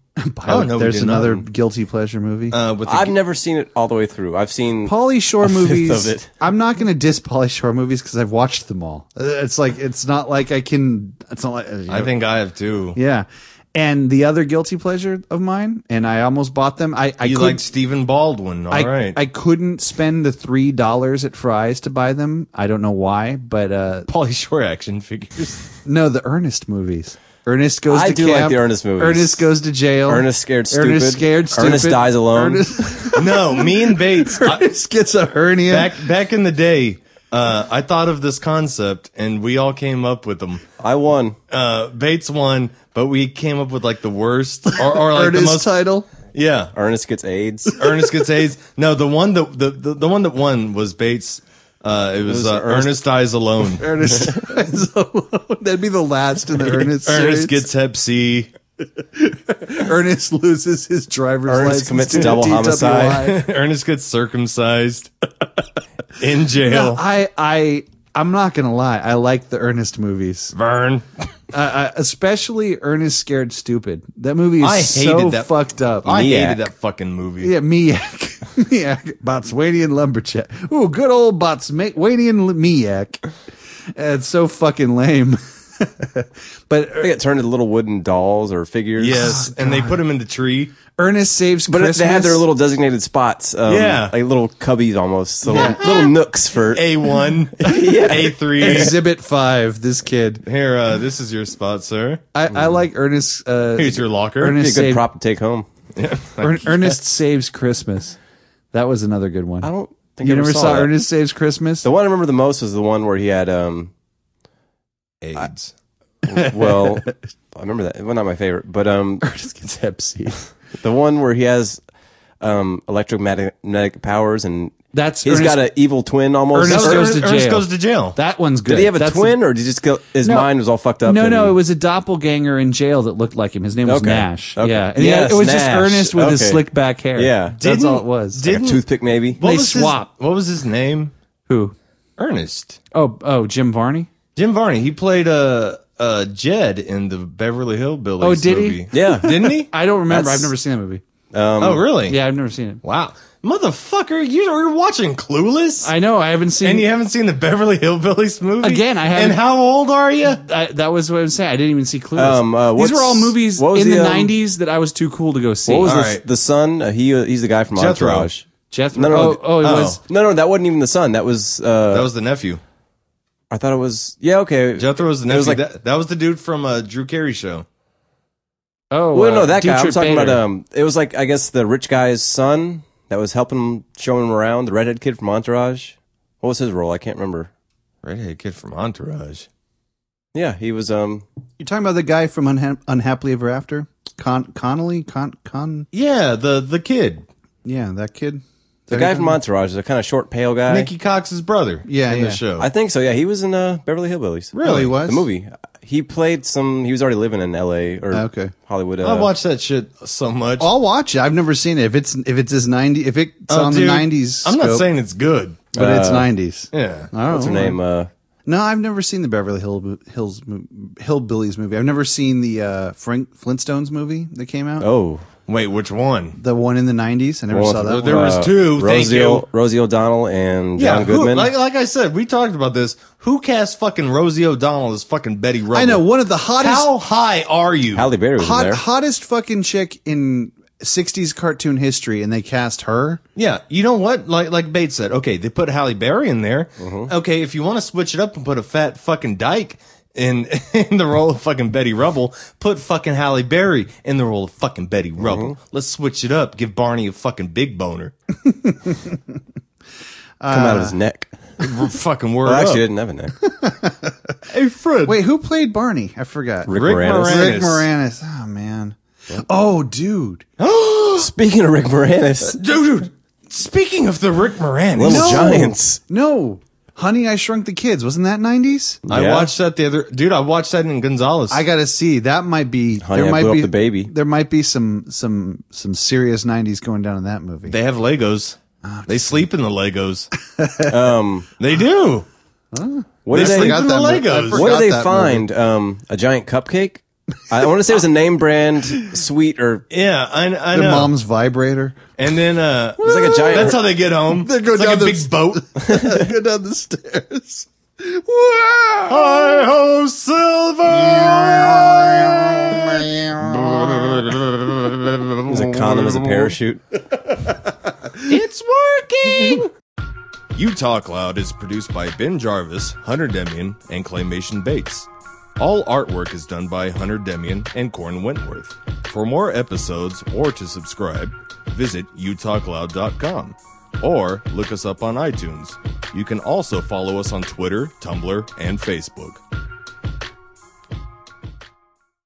S1: Oh, no, we
S3: There's
S1: did not.
S3: another guilty pleasure movie.
S1: Uh, with the
S2: I've never seen it all the way through. I've seen
S3: Polly Shore
S2: fifth
S3: movies.
S2: of it.
S3: I'm not going to diss Polly Shore movies because I've watched them all. Uh, It's like it's not like I can. It's not like uh, you know,
S1: I think I have too.
S3: yeah. And the other guilty pleasure of mine, and I almost bought them. I I
S1: you
S3: could,
S1: like Stephen Baldwin, all
S3: I,
S1: right?
S3: I couldn't spend the three dollars at Fry's to buy them. I don't know why, but uh,
S1: Polly Shore action figures.
S3: no, the Ernest movies. Ernest goes
S2: I
S3: to
S2: do
S3: camp.
S2: like the Ernest movies.
S3: Ernest goes to jail.
S2: Ernest Scared Stupid.
S3: Ernest scared stupid.
S2: Ernest Dies Alone.
S3: Ernest,
S1: No, me and Bates. I-
S3: Ernest gets a hernia.
S1: back back in the day, uh, I thought of this concept, and we all came up with them.
S2: I won.
S1: Uh, Bates won, but we came up with like the worst or, or like the
S3: Ernest
S1: most.
S3: title.
S1: yeah,
S2: Ernest gets AIDS. It
S1: Ernest gets AIDS. No, the one that the, the, the one that won was Bates. Uh, it was,
S2: was
S1: uh,
S2: Ernest-
S1: Ernest, dies alone.
S3: Ernest dies alone. That'd be the last in the Ernest. series.
S1: Ernest gets Hep C.
S3: Ernest loses his driver's
S2: Ernest
S3: license.
S2: commits
S3: due to
S2: double
S3: DWI.
S2: homicide.
S1: Ernest gets circumcised in
S3: No,
S1: jail.
S3: I I I'm not gonna lie. I like the Ernest movies,
S1: Vern.
S3: uh, especially Ernest Scared Stupid. That movie is
S1: I hated
S3: so
S1: that-
S3: fucked up.
S1: I
S2: Miak.
S1: hated that fucking movie.
S3: Yeah, Miak. Miak. Botswanian lumberjack. Ooh, good old Botswanian l- Miak. Uh, It's so fucking lame. but Er-
S2: get turned into little wooden dolls or figures.
S1: Yes,
S3: Oh,
S1: and they put him in the tree.
S3: Ernest saves
S2: But
S3: Christmas.
S2: they had their little designated spots. Um,
S1: Yeah.
S2: Like little cubbies almost. Little, little nooks for.
S1: A one, A three.
S3: Exhibit five. This kid,
S1: Here, uh, this is your spot, sir.
S3: I, I
S2: Mm.
S3: like Ernest. Uh,
S1: Here's your locker.
S2: Be a
S3: Ernest,
S2: good
S3: saved,
S2: prop to take home.
S3: Ern- Ernest saves Christmas. That was another good one.
S2: I don't think
S3: You
S2: I ever
S3: never saw
S2: that.
S3: Ernest Saves Christmas?
S2: The one I remember the most was the one where he had, um,
S1: AIDS.
S2: well, I remember that. Well, not my favorite, but um,
S3: Ernest gets Hep C.
S2: the one where he has um, electromagnetic powers and
S3: That's
S2: he's
S3: Ernest-
S2: got an evil twin almost.
S3: Ernest
S1: That was
S3: goes to
S1: Ernest
S3: jail.
S1: goes to jail.
S3: That one's good.
S2: Did he have a
S3: That's the-
S2: twin, or did he just go? His
S3: No.
S2: mind was all fucked up.
S3: No, no,
S2: and-
S3: it was a doppelganger in jail that looked like him. His name was
S2: Okay.
S3: Nash.
S2: Okay.
S3: Yeah, and
S2: Yes,
S3: he- it was just
S2: Nash.
S3: Ernest with his
S2: Okay.
S3: slick back hair.
S2: Yeah.
S3: that's
S1: Didn't-
S3: all it was.
S2: Like a
S1: didn't-
S2: toothpick, maybe.
S1: What
S3: They
S1: was his-
S3: swap.
S1: what was his name?
S3: Who?
S1: Ernest.
S3: Oh, oh, Jim Varney.
S1: Jim Varney. He played uh, uh, Jed in the Beverly Hillbillies.
S3: Oh, did he?
S1: movie.
S2: Yeah. Um,
S1: didn't he?
S3: I don't remember.
S2: That's-
S3: I've never seen that movie.
S1: oh, really?
S3: Yeah, I've never seen it.
S1: Wow, motherfucker, you were watching Clueless,
S3: I know. I haven't seen.
S1: and you haven't seen the Beverly Hillbillies movie
S3: Again, I haven't-
S1: And how old are you?
S3: I, that was what I was saying. I didn't even see Clueless.
S2: Um, uh,
S3: These were
S2: what's-
S3: all movies
S2: what was
S3: in the,
S2: the, um,
S3: '90s that I was too cool to go see.
S2: What was
S1: All
S2: the,
S1: right.
S2: the son? Uh, he he's the guy from
S1: Jethro.
S2: Entourage.
S3: Jethro?
S2: No, no,
S3: oh,
S2: no.
S3: oh, it
S1: Oh.
S3: was.
S2: No, no, that wasn't even the son. That was. Uh,
S1: That was the nephew.
S2: I thought it was. Yeah, okay.
S1: Jethro was the
S2: It
S1: nephew.
S2: was like-
S1: that, that was the dude from uh, Drew Carey show.
S3: Oh,
S2: Well,
S3: uh,
S2: no, that guy. I'm
S3: Dietrich
S2: talking about.
S3: Bader.
S2: Um, it was like I guess the rich guy's son that was helping him, showing him around. The redhead kid from Entourage. What was his role? I can't remember.
S1: Redhead kid from Entourage.
S2: Yeah, he was. Um,
S3: You're talking about the guy from Unha- Unhappily Ever After, Con- Connolly, Con, Con,
S1: Yeah, the the kid,
S3: yeah, that kid.
S2: the guy from Entourage is a kind of short, pale guy.
S1: Nikki Cox's brother.
S3: Yeah,
S1: in
S3: yeah.
S1: the show.
S2: I think so. Yeah, he was in uh, Beverly Hillbillies.
S1: Really?
S3: Oh, he was
S2: The movie. He played some. He was already living in L.A. or
S3: Ah, okay.
S2: Hollywood. Uh,
S1: I watch that shit so much.
S3: I'll watch it. I've never seen it. If it's if it's his ninety, if it's
S1: Oh,
S3: on
S1: dude,
S3: the '90s,
S1: I'm not
S3: scope,
S1: saying it's good.
S3: but it's '90s.
S1: Yeah.
S3: Oh,
S2: Uh, What's her name? Uh,
S3: No, I've never seen the Beverly Hill, Hills mo- Hillbillies movie. I've never seen the uh, Frank Flintstones movie that came out.
S2: oh,
S1: Wait, which one?
S3: The one in the '90s. I never
S2: Well,
S3: saw that.
S1: There
S3: one.
S1: was two. thank
S2: Uh, Rosie,
S1: you.
S2: Rosie O'Donnell and John
S1: Yeah, who,
S2: Goodman.
S1: like,
S3: uh,
S1: like I said, we talked about this. Who cast fucking Rosie O'Donnell as fucking Betty Rubble?
S3: I know one of the hottest,
S1: How high are you?
S2: Halle Berry was in
S3: hot,
S2: there.
S3: hottest fucking chick in '60s cartoon history, and they cast her.
S1: yeah, you know what? Like like Bates said, okay, they put Halle Berry in there.
S2: Mm-hmm.
S1: Okay, if you want to switch it up and put a fat fucking dyke in in the role of fucking Betty Rubble, put fucking Halle Berry in the role of fucking Betty
S2: Mm-hmm.
S1: Rubble. Let's switch it up. Give Barney a fucking big boner.
S3: uh,
S2: Come out of his neck.
S1: fucking word
S2: Well, actually,
S1: up.
S2: didn't have a neck.
S1: Hey Fred,
S3: Wait, who played Barney? I forgot.
S2: Rick,
S1: Rick
S2: Moranis.
S1: Moran-
S3: Rick
S1: Moranis.
S3: Moranis. Oh man. Oh dude.
S2: Speaking of Rick Moranis,
S1: dude. dude, Speaking of the Rick Moranis,
S2: Little Giants.
S3: No. Honey, I Shrunk the Kids. Wasn't that 90s?
S1: I
S2: Yeah.
S1: watched that the other dude. I watched that in Gonzalez.
S3: I gotta see. That might be.
S2: Honey,
S3: there
S2: I
S3: might
S2: Blew Up
S3: be
S2: the Baby.
S3: There might be some some some serious 90s going down in that movie.
S1: They have Legos.
S2: Oh,
S1: They sleep in the Legos. um, they do.
S2: What
S1: They
S2: did they?
S1: sleep in the
S3: that movie. I
S1: Legos.
S3: forgot
S2: What did they
S3: that
S2: find? Um, a giant cupcake. I want to say it was a name brand sweet or it
S1: Yeah, I, I
S3: the
S1: know.
S3: mom's vibrator.
S1: and then uh,
S2: was like a giant.
S1: that's how they get home.
S3: They go
S1: it's
S3: down
S1: like a
S3: the-
S1: big boat.
S3: Go down the stairs.
S1: Hi ho, silver.
S2: it was a condom as a parachute.
S1: It's working. Utah Cloud is produced by Ben Jarvis, Hunter Demian, and Claymation Bates. All artwork is done by Hunter Demian and Corn Wentworth. For more episodes or to subscribe, visit utahcloud.com or look us up on iTunes. You can also follow us on Twitter, Tumblr, and Facebook.